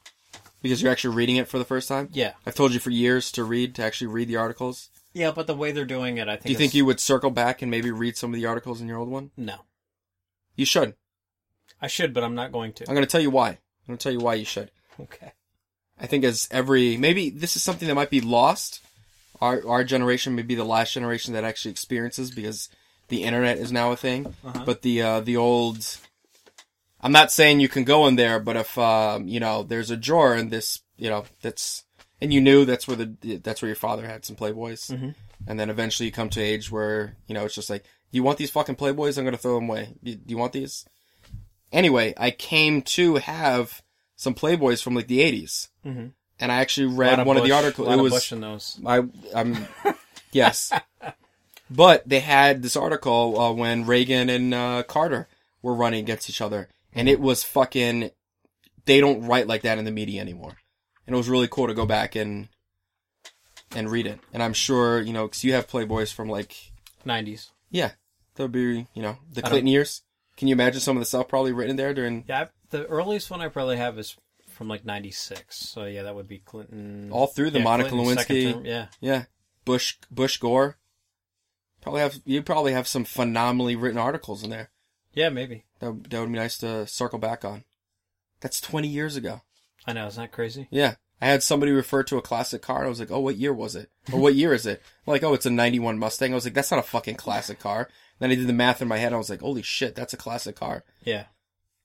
S1: Because you're actually reading it for the first time.
S2: Yeah.
S1: I've told you for years to read to actually read the articles.
S2: Yeah, but the way they're doing it, I think.
S1: Do you think
S2: it's-
S1: you would circle back and maybe read some of the articles in your old one?
S2: No,
S1: You should.
S2: I should, but I'm not going to.
S1: I'm going to tell you why. I'm going to tell you why you should.
S2: Okay.
S1: I think as every maybe this is something that might be lost. Our our generation may be the last generation that actually experiences because the internet is now a thing.
S2: Uh-huh.
S1: But the uh, the old I'm not saying you can go in there, but if um, you know there's a drawer and this you know that's and you knew that's where the that's where your father had some playboys,
S2: Mm-hmm.
S1: and then eventually you come to age where you know it's just like you want these fucking playboys, I'm gonna throw them away. Do you, do you want these? Anyway, I came to have some playboys from like the 80s, and I actually
S2: A lot
S1: read one of the
S2: Mm-hmm. Bush-
S1: articles.
S2: A lot
S1: it
S2: of
S1: was
S2: Bush in those.
S1: I I'm yes, but they had this article uh, when Reagan and uh, Carter were running against each other, and it was fucking. They don't write like that in the media anymore, and it was really cool to go back and and read it. And I'm sure you know because you have Playboys from like
S2: Nineties.
S1: yeah, that would be you know the
S2: I don't-
S1: Clinton years. Can you imagine some of the stuff probably written there during
S2: Yeah, I've, the earliest one I probably have is from like '96. So yeah, that would be Clinton.
S1: all through the
S2: yeah,
S1: Monica
S2: Clinton's second
S1: Lewinsky?
S2: term, Yeah.
S1: Yeah, Bush Bush Gore. Probably have you probably have some phenomenally written articles in there.
S2: Yeah, maybe.
S1: That that would be nice to circle back on. That's twenty years ago.
S2: I know. Isn't that crazy?
S1: Yeah, I had somebody refer to a classic car. And I was like, "Oh, what year was it? Or what year is it?" I'm like, "Oh, it's a '91 Mustang." I was like, "That's not a fucking classic car." Then I did the math in my head. and I was like, "Holy shit, that's a classic car."
S2: Yeah.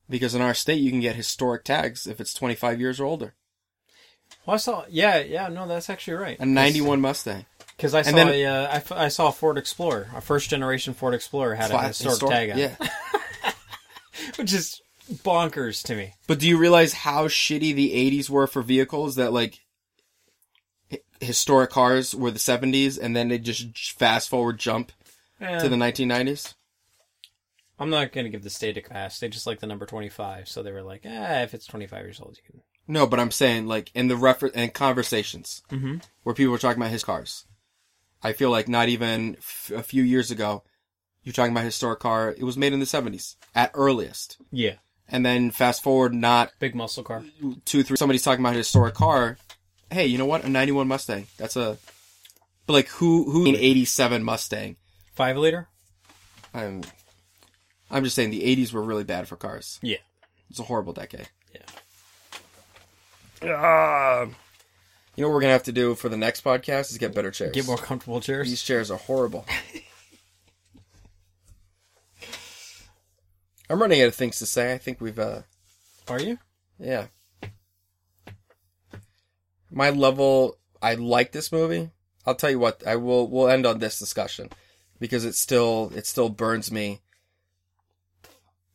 S1: Because in our state, you can get historic tags if it's 25 years or older.
S2: Well, I saw. Yeah, yeah. No, that's actually right.
S1: A '91 Mustang.
S2: Because I saw
S1: then-
S2: a, uh, I, f- I saw a Ford Explorer, a first generation Ford Explorer had a
S1: Flat
S2: historic
S1: historic-
S2: tag on, it,
S1: Yeah.
S2: which is bonkers to me.
S1: But do you realize how shitty the 80s were for vehicles that like hi- historic cars were the 70s and then they just j- fast forward jump
S2: Eh,
S1: to the 1990s?
S2: I'm not gonna give the state a pass. They just like the number 25, so they were like, ah, if it's 25 years old, you can.
S1: No, but I'm saying like in the refer and conversations where people were talking about his cars. I feel like not even f- a few years ago, you're talking about a historic car. It was made in the 70s at earliest.
S2: Yeah,
S1: And then fast forward not
S2: big muscle car.
S1: two, three. Somebody's talking about a historic car. Hey, you know what? A '91 Mustang. That's a. But like, who who an '87 Mustang?
S2: Five liter.
S1: I'm. I'm just saying the '80s were really bad for cars.
S2: Yeah.
S1: It's a horrible decade.
S2: Yeah.
S1: Ah. you know what we're gonna have to do for the next podcast is get better chairs.
S2: Get more comfortable chairs.
S1: These chairs are horrible. I'm running out of things to say. I think we've uh
S2: Are you?
S1: Yeah. My level, I like this movie. I'll tell you what, I will, we'll end on this discussion because it still, it still burns me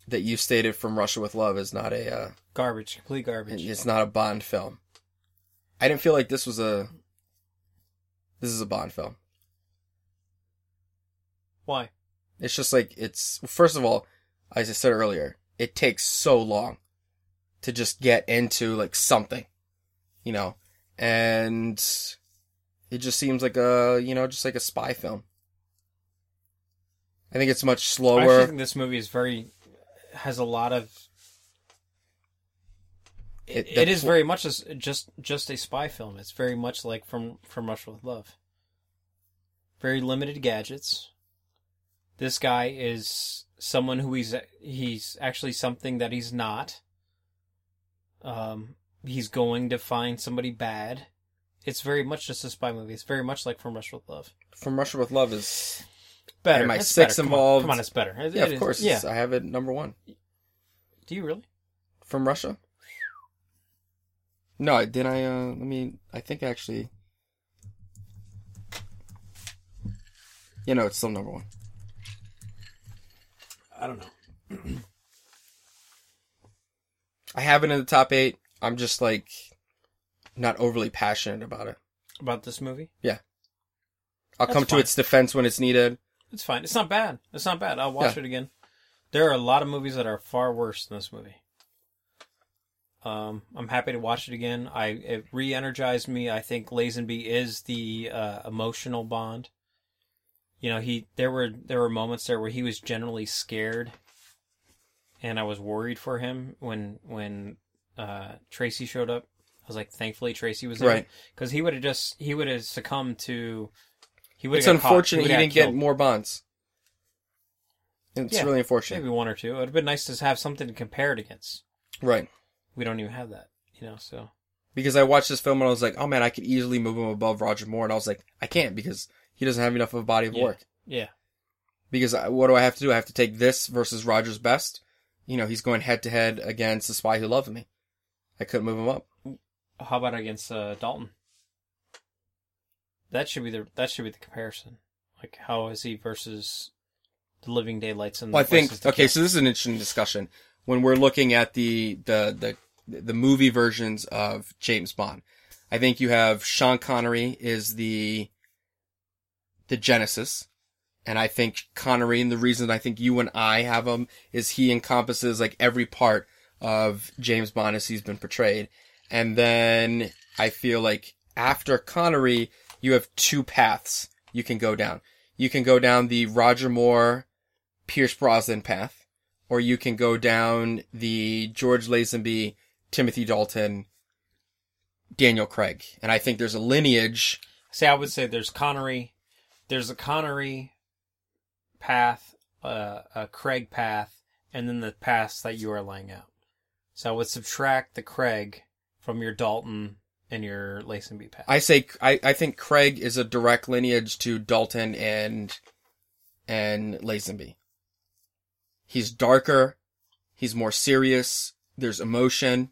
S1: that you stated from Russia with Love is not a, uh,
S2: Garbage. Complete
S1: it-
S2: garbage.
S1: it's not a Bond film. I didn't feel like this was a, this is a Bond film.
S2: Why?
S1: It's just like, it's, first of all, as I said earlier, it takes so long to just get into like something, you know, and it just seems like a, you know, just like a spy film. I think it's much
S2: I actually
S1: slower.
S2: think this movie is very has a lot of. It,
S1: It-
S2: it is
S1: that's-
S2: very much as just just a spy film. It's very much like from from Rush with Love. Very limited gadgets. This guy is someone who he's he's actually something that he's not. Um, he's going to find somebody bad. It's very much just a spy movie. It's very much like From Rush with Love.
S1: From Russia with Love is,
S2: Better.
S1: And my
S2: it's
S1: six
S2: better. Come on.
S1: involved-
S2: Come on, it's better. It-
S1: yeah,
S2: it
S1: of
S2: is-
S1: course.
S2: Yeah.
S1: it's- I have it number one.
S2: Do you really?
S1: From Russia? No, I- did I, uh, let me, I think actually. You know, it's still number one.
S2: I don't know.
S1: I have it in the top eight. I'm just like not overly passionate about it.
S2: About this movie?
S1: I'll
S2: That's
S1: come to
S2: fine.
S1: its defense when it's needed.
S2: It's fine. It's not bad. It's not bad. I'll watch
S1: Yeah.
S2: it again. There are a lot of movies that are far worse than this movie. Um, I'm happy to watch it again. I it re-energized me. I think Lazenby is the uh, emotional bond. You know, he there were there were moments there where he was generally scared, and I was worried for him when when uh, Tracy showed up. I was like, thankfully Tracy was there
S1: Right.
S2: because he would have just he would have succumbed to. He would
S1: It's unfortunate
S2: he
S1: he didn't
S2: got
S1: get
S2: killed.
S1: more bonds. It's
S2: Yeah,
S1: really unfortunate.
S2: Maybe one or two. It would have been nice to have something to compare it against.
S1: Right.
S2: We don't even have that, you know, so.
S1: Because I watched this film and I was like, oh man, I could easily move him above Roger Moore. And I was like, I can't because he doesn't have enough of a body of
S2: yeah.
S1: work.
S2: Yeah.
S1: Because I, what do I have to do? I have to take this versus Roger's best. You know, he's going head to head against The Spy Who Loved Me. I couldn't move him up.
S2: How about against uh, Dalton? That should be the that should be the comparison. Like how is he versus the living daylights and
S1: Well, I
S2: the
S1: think
S2: places to
S1: okay,
S2: kill?
S1: so this is an interesting discussion when we're looking at the the the the movie versions of James Bond. I think you have Sean Connery is the the genesis, and I think Connery and the reason I think you and I have him is he encompasses like every part of James Bond as he's been portrayed, and then I feel like after Connery you have two paths you can go down. You can go down the Roger Moore Pierce Brosnan path, or you can go down the George Lazenby, Timothy Dalton, Daniel Craig. And I think there's a lineage.
S2: See, I would say there's Connery, there's a Connery path, uh, a Craig path, and then the paths that you are laying out. So I would subtract the Craig from your Dalton and your Lazenby path.
S1: I say I, I think Craig is a direct lineage to Dalton and and Lazenby. He's darker, he's more serious, there's emotion,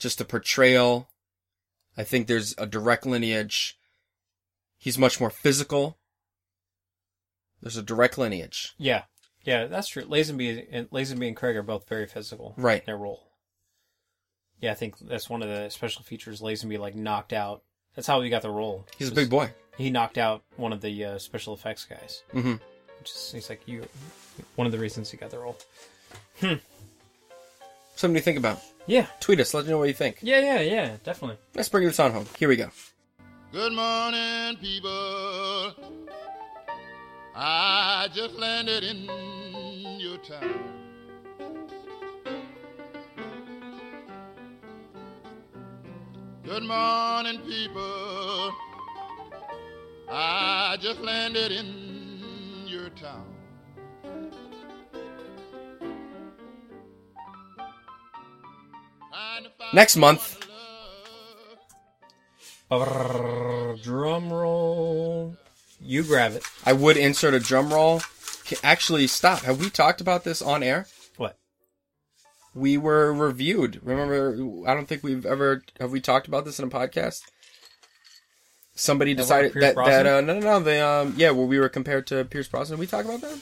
S1: just the portrayal. I think there's a direct lineage He's much more physical. There's a direct lineage.
S2: Yeah, yeah, that's true. Lazenby and Lazenby and Craig are both very physical.
S1: Right.
S2: in their role. Yeah, I think that's one of the special features. Lazenby like knocked out. That's how he got the role.
S1: He's a
S2: Was
S1: big boy.
S2: He knocked out one of the uh, special effects guys.
S1: Mhm.
S2: Which is, he's like you. One of the reasons he got the role.
S1: Something to think about.
S2: Yeah,
S1: Tweet us. Let us know what you think.
S2: yeah, yeah, yeah. Definitely.
S1: Let's bring this on home. Here we go.
S9: Good morning, people. I just landed in your town. Good morning, people. I just landed in your town. Trying to find
S1: Next month.
S9: someone to love.
S2: Brrrr, Drum roll. You grab it.
S1: I would insert a drum roll. Ca- Actually, stop. Have we talked about this on air?
S2: What?
S1: We were reviewed. Remember, I don't think we've ever have we talked about this in a podcast. Somebody
S2: That one
S1: decided
S2: with Pierce
S1: that that uh,
S2: Brosnan?
S1: no no no the um yeah where we were compared to Pierce Brosnan. Did we talk about that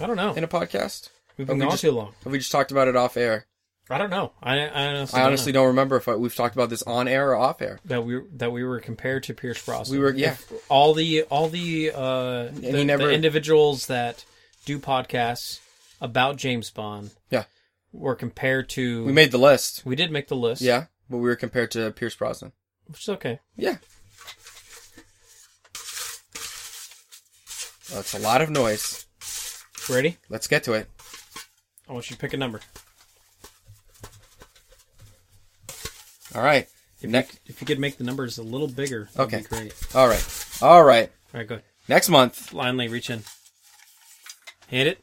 S2: I don't know.
S1: in a podcast?
S2: We've
S1: Have
S2: been
S1: we
S2: gone
S1: just-
S2: too long.
S1: Have we just talked about it off air?
S2: I don't know. I, I honestly,
S1: I honestly
S2: don't
S1: don't remember if I, we've talked about this on air or off air.
S2: know that we that we were compared to Pierce Brosnan.
S1: We were yeah
S2: all the all the uh the,
S1: he never-
S2: the individuals that do podcasts about James Bond
S1: yeah
S2: were compared to
S1: we made the list
S2: we did make the list
S1: yeah but we were compared to Pierce Brosnan
S2: which is okay
S1: yeah. That's a lot of noise.
S2: ready
S1: Let's get to it.
S2: I want you to pick a number
S1: All right. Next.
S2: if you could make the numbers a little bigger that'd
S1: Okay.
S2: be great
S1: All right. All right.
S2: all right good
S1: Next month
S2: blindly reach in hit it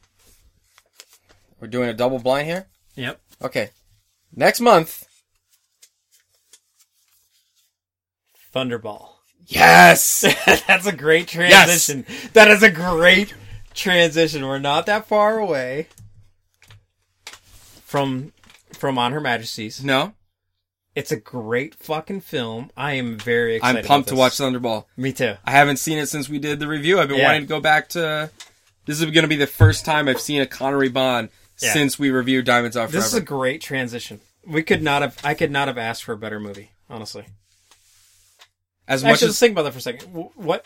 S1: we're doing a double blind here.
S2: yep
S1: Okay. Next month.
S2: Thunderball
S1: Yes.
S2: that's a great transition that is a great transition we're not that far away from from on her majesty's
S1: no.
S2: It's a great fucking film. I am very excited.
S1: I'm pumped to
S2: about
S1: watch
S2: this.
S1: Thunderball.
S2: Me too.
S1: I haven't seen it since we did the review. I've been
S2: Yeah.
S1: wanting to go back to. This is going to be the first time I've seen a Connery Bond
S2: Yeah.
S1: since we reviewed Diamonds Are Forever.
S2: This is a great transition. We could not have. I could not have asked for a better movie, honestly.
S1: as much
S2: Actually,
S1: as
S2: let's think about that for a second. W- What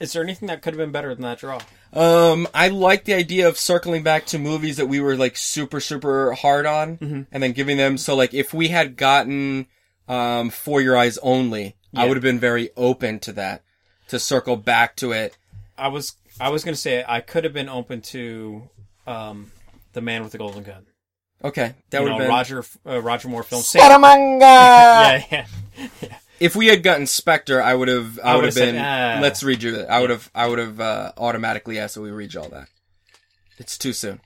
S2: is there anything that could have been better than that draw?
S1: Um, I like the idea of circling back to movies that we were like super, super hard on
S2: Mm-hmm.
S1: and then giving them. So like if we had gotten, um, For Your Eyes Only, I
S2: Yeah.
S1: would have been very open to that, to circle back to it.
S2: I was. I was gonna say I could have been open to, um, the man with the golden gun.
S1: Okay. That
S2: You
S1: would
S2: know,
S1: have been.
S2: Roger uh, Roger Moore film. Same-
S1: Scaramanga!
S2: yeah, yeah.
S1: If we had gotten Spectre, I would have, I
S2: I
S1: would have
S2: would've said,
S1: been,
S2: "Ah."
S1: let's redo it. I would have, I would have, uh, automatically asked that we redo all that. It's too soon.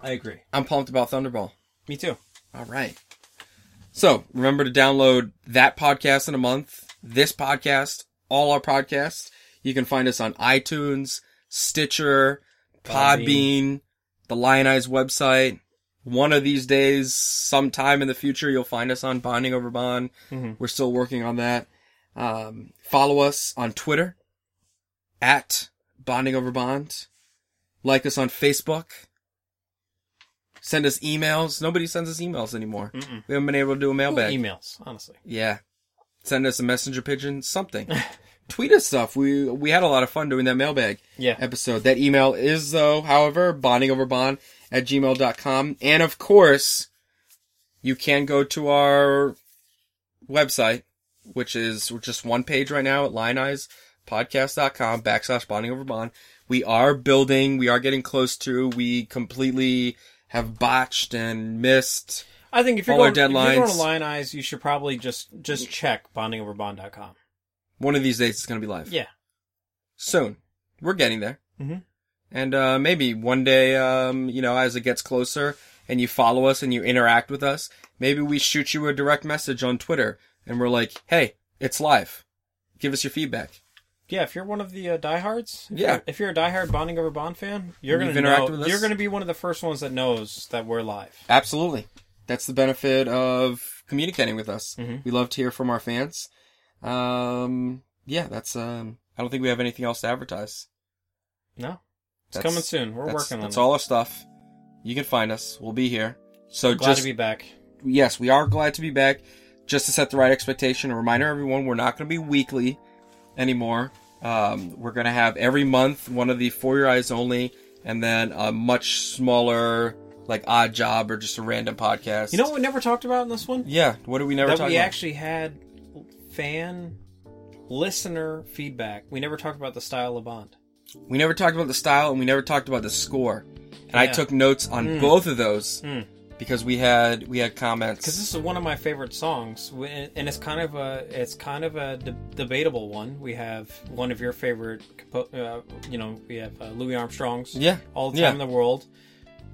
S2: I agree.
S1: I'm pumped about Thunderball.
S2: Me too.
S1: All right. So remember to download that podcast in a month, this podcast, all our podcasts. You can find us on iTunes, Stitcher, Podbean, the Lion Eyes website. One of these days, sometime in the future, you'll find us on Bonding Over Bond. We're still working on that. Um, follow us on Twitter at Bonding Over Bond. Like us on Facebook send us emails. Nobody sends us emails anymore. We haven't been able to do a mailbag.
S2: Emails, honestly.
S1: yeah. Send us a messenger pigeon, something. Tweet us stuff. We we had a lot of fun doing that mailbag
S2: Yeah.
S1: episode. That email is though, however, bondingoverbond at gmail.com. And of course, you can go to our website, which is just one page right now at lineispodcast.com backslash bonding over bond. We are building, we are getting close to, we completely have botched and missed.
S2: I think if you're,
S1: All our
S2: going, if you're going
S1: deadlines.
S2: to Lion Eyes, you should probably just just check bondingoverbond.com.
S1: One of these days it's going to be live.
S2: Yeah.
S1: soon. We're getting there.
S2: Mhm.
S1: And uh, maybe one day, um, you know, as it gets closer and you follow us and you interact with us, maybe we shoot you a direct message on Twitter and we're like, hey, it's live. Give us your feedback.
S2: Yeah, if you're one of the uh, diehards, if
S1: Yeah.
S2: you're, if you're a diehard bonding over Bond fan, you're
S1: You've
S2: gonna know,
S1: interacted with us?
S2: you're gonna be one of the first ones that knows that we're live.
S1: Absolutely. That's the
S2: Mm-hmm.
S1: benefit of communicating with us. We love to hear from our fans. Um, yeah, that's um. I don't think we have anything else to advertise.
S2: No, it's
S1: That's-
S2: coming soon. We're
S1: that's-
S2: working on
S1: That's
S2: it.
S1: all our stuff. You can find us. We'll be here. So
S2: Glad
S1: just
S2: to be back.
S1: yes, we are glad to be back. Just to set the right expectation, a reminder everyone, we're not going to be weekly anymore. Um, we're going to have every month one of the For Your Eyes Only, and then a much smaller, like odd job or just a random podcast.
S2: You know what we never talked about in this one?
S1: Yeah. What do we never
S2: that
S1: talk
S2: we
S1: about?
S2: actually had fan listener feedback. We never talked about the style of Bond.
S1: we never talked about the style, and we never talked about the score. And I
S2: Yeah. Hmm.
S1: took notes on both of those
S2: Mm.
S1: because we had we had comments.
S2: because this is one of my favorite songs, w- and it's kind of a it's kind of a de- debatable one. We have one of your favorite, compo- uh, you know, we have uh, Louis Armstrong's
S1: Yeah,
S2: all the
S1: yeah.
S2: time in the world,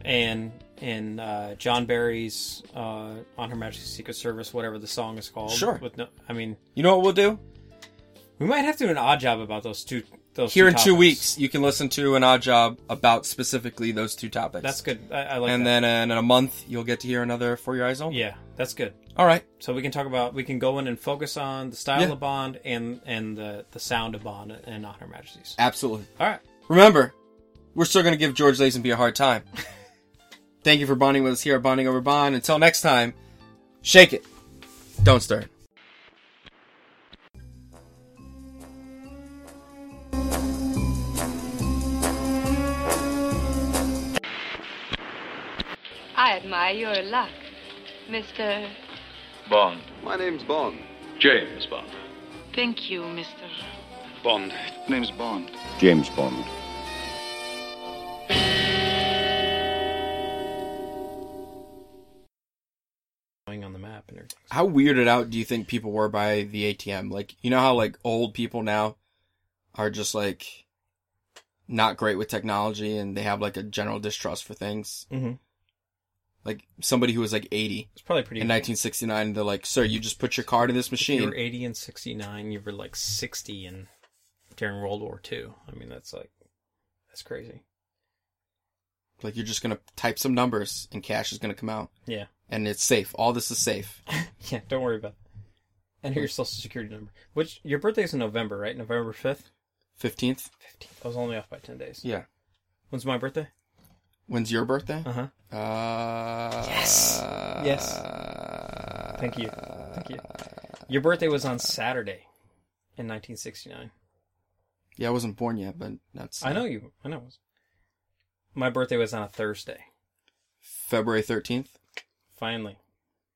S2: and and uh, John Barry's uh, on Her Majesty's Secret Service, whatever the song is called.
S1: Sure.
S2: With no, I mean,
S1: you know what we'll do?
S2: we might have to do an odd job about those two. Those
S1: Here in
S2: two
S1: two
S2: topics.
S1: weeks, you can listen to an odd job about specifically those two topics.
S2: That's good. I, I like
S1: and
S2: that.
S1: then uh, in a month, you'll get to hear another For Your Eyes Only.
S2: yeah, that's good.
S1: All right.
S2: So we can talk about we can go in and focus on the style
S1: Yeah.
S2: of Bond and and the the sound of Bond and on Her Majesty's.
S1: Absolutely.
S2: All right.
S1: Remember, we're still going to give George Lazenby a hard time. Thank you for bonding with us here at Bonding Over Bond. Until next time, shake it. Don't stir it.
S10: I admire your luck, Mr.
S5: Bond.
S7: My name's Bond.
S5: James Bond.
S10: Thank you, Mr.
S5: Bond. Name's Bond. James Bond.
S2: going on the map and everything.
S1: How weirded out do you think people were by the ATM? Like, you know how like old people now are just like not great with technology and they have like a general distrust for things.
S2: Mm-hmm.
S1: Like somebody who was like 80
S2: It's probably pretty.
S1: in 1969, they're like, "Sir, you just put your card in this
S2: if
S1: machine."
S2: you were 80 and 69. You were like 60 and during World War II. I mean, that's like that's crazy.
S1: Like you're just gonna type some numbers and cash is gonna come out,
S2: Yeah,
S1: and it's safe. All this is safe.
S2: yeah. Don't worry about. it. And your social security number. Which your birthday's in November, right? November fifth,
S1: Fifteenth.
S2: fifteenth. I was only off by ten days.
S1: Yeah.
S2: When's my birthday?
S1: When's your birthday?
S2: Uh huh.
S1: Uh,
S2: Yes. Yes. Thank you. Thank you. Uh, Your birthday was on Saturday, in 1969.
S1: Yeah, I wasn't born yet, but that's
S2: I know you. I know. My birthday was on a Thursday.
S1: February thirteenth.
S2: Finally.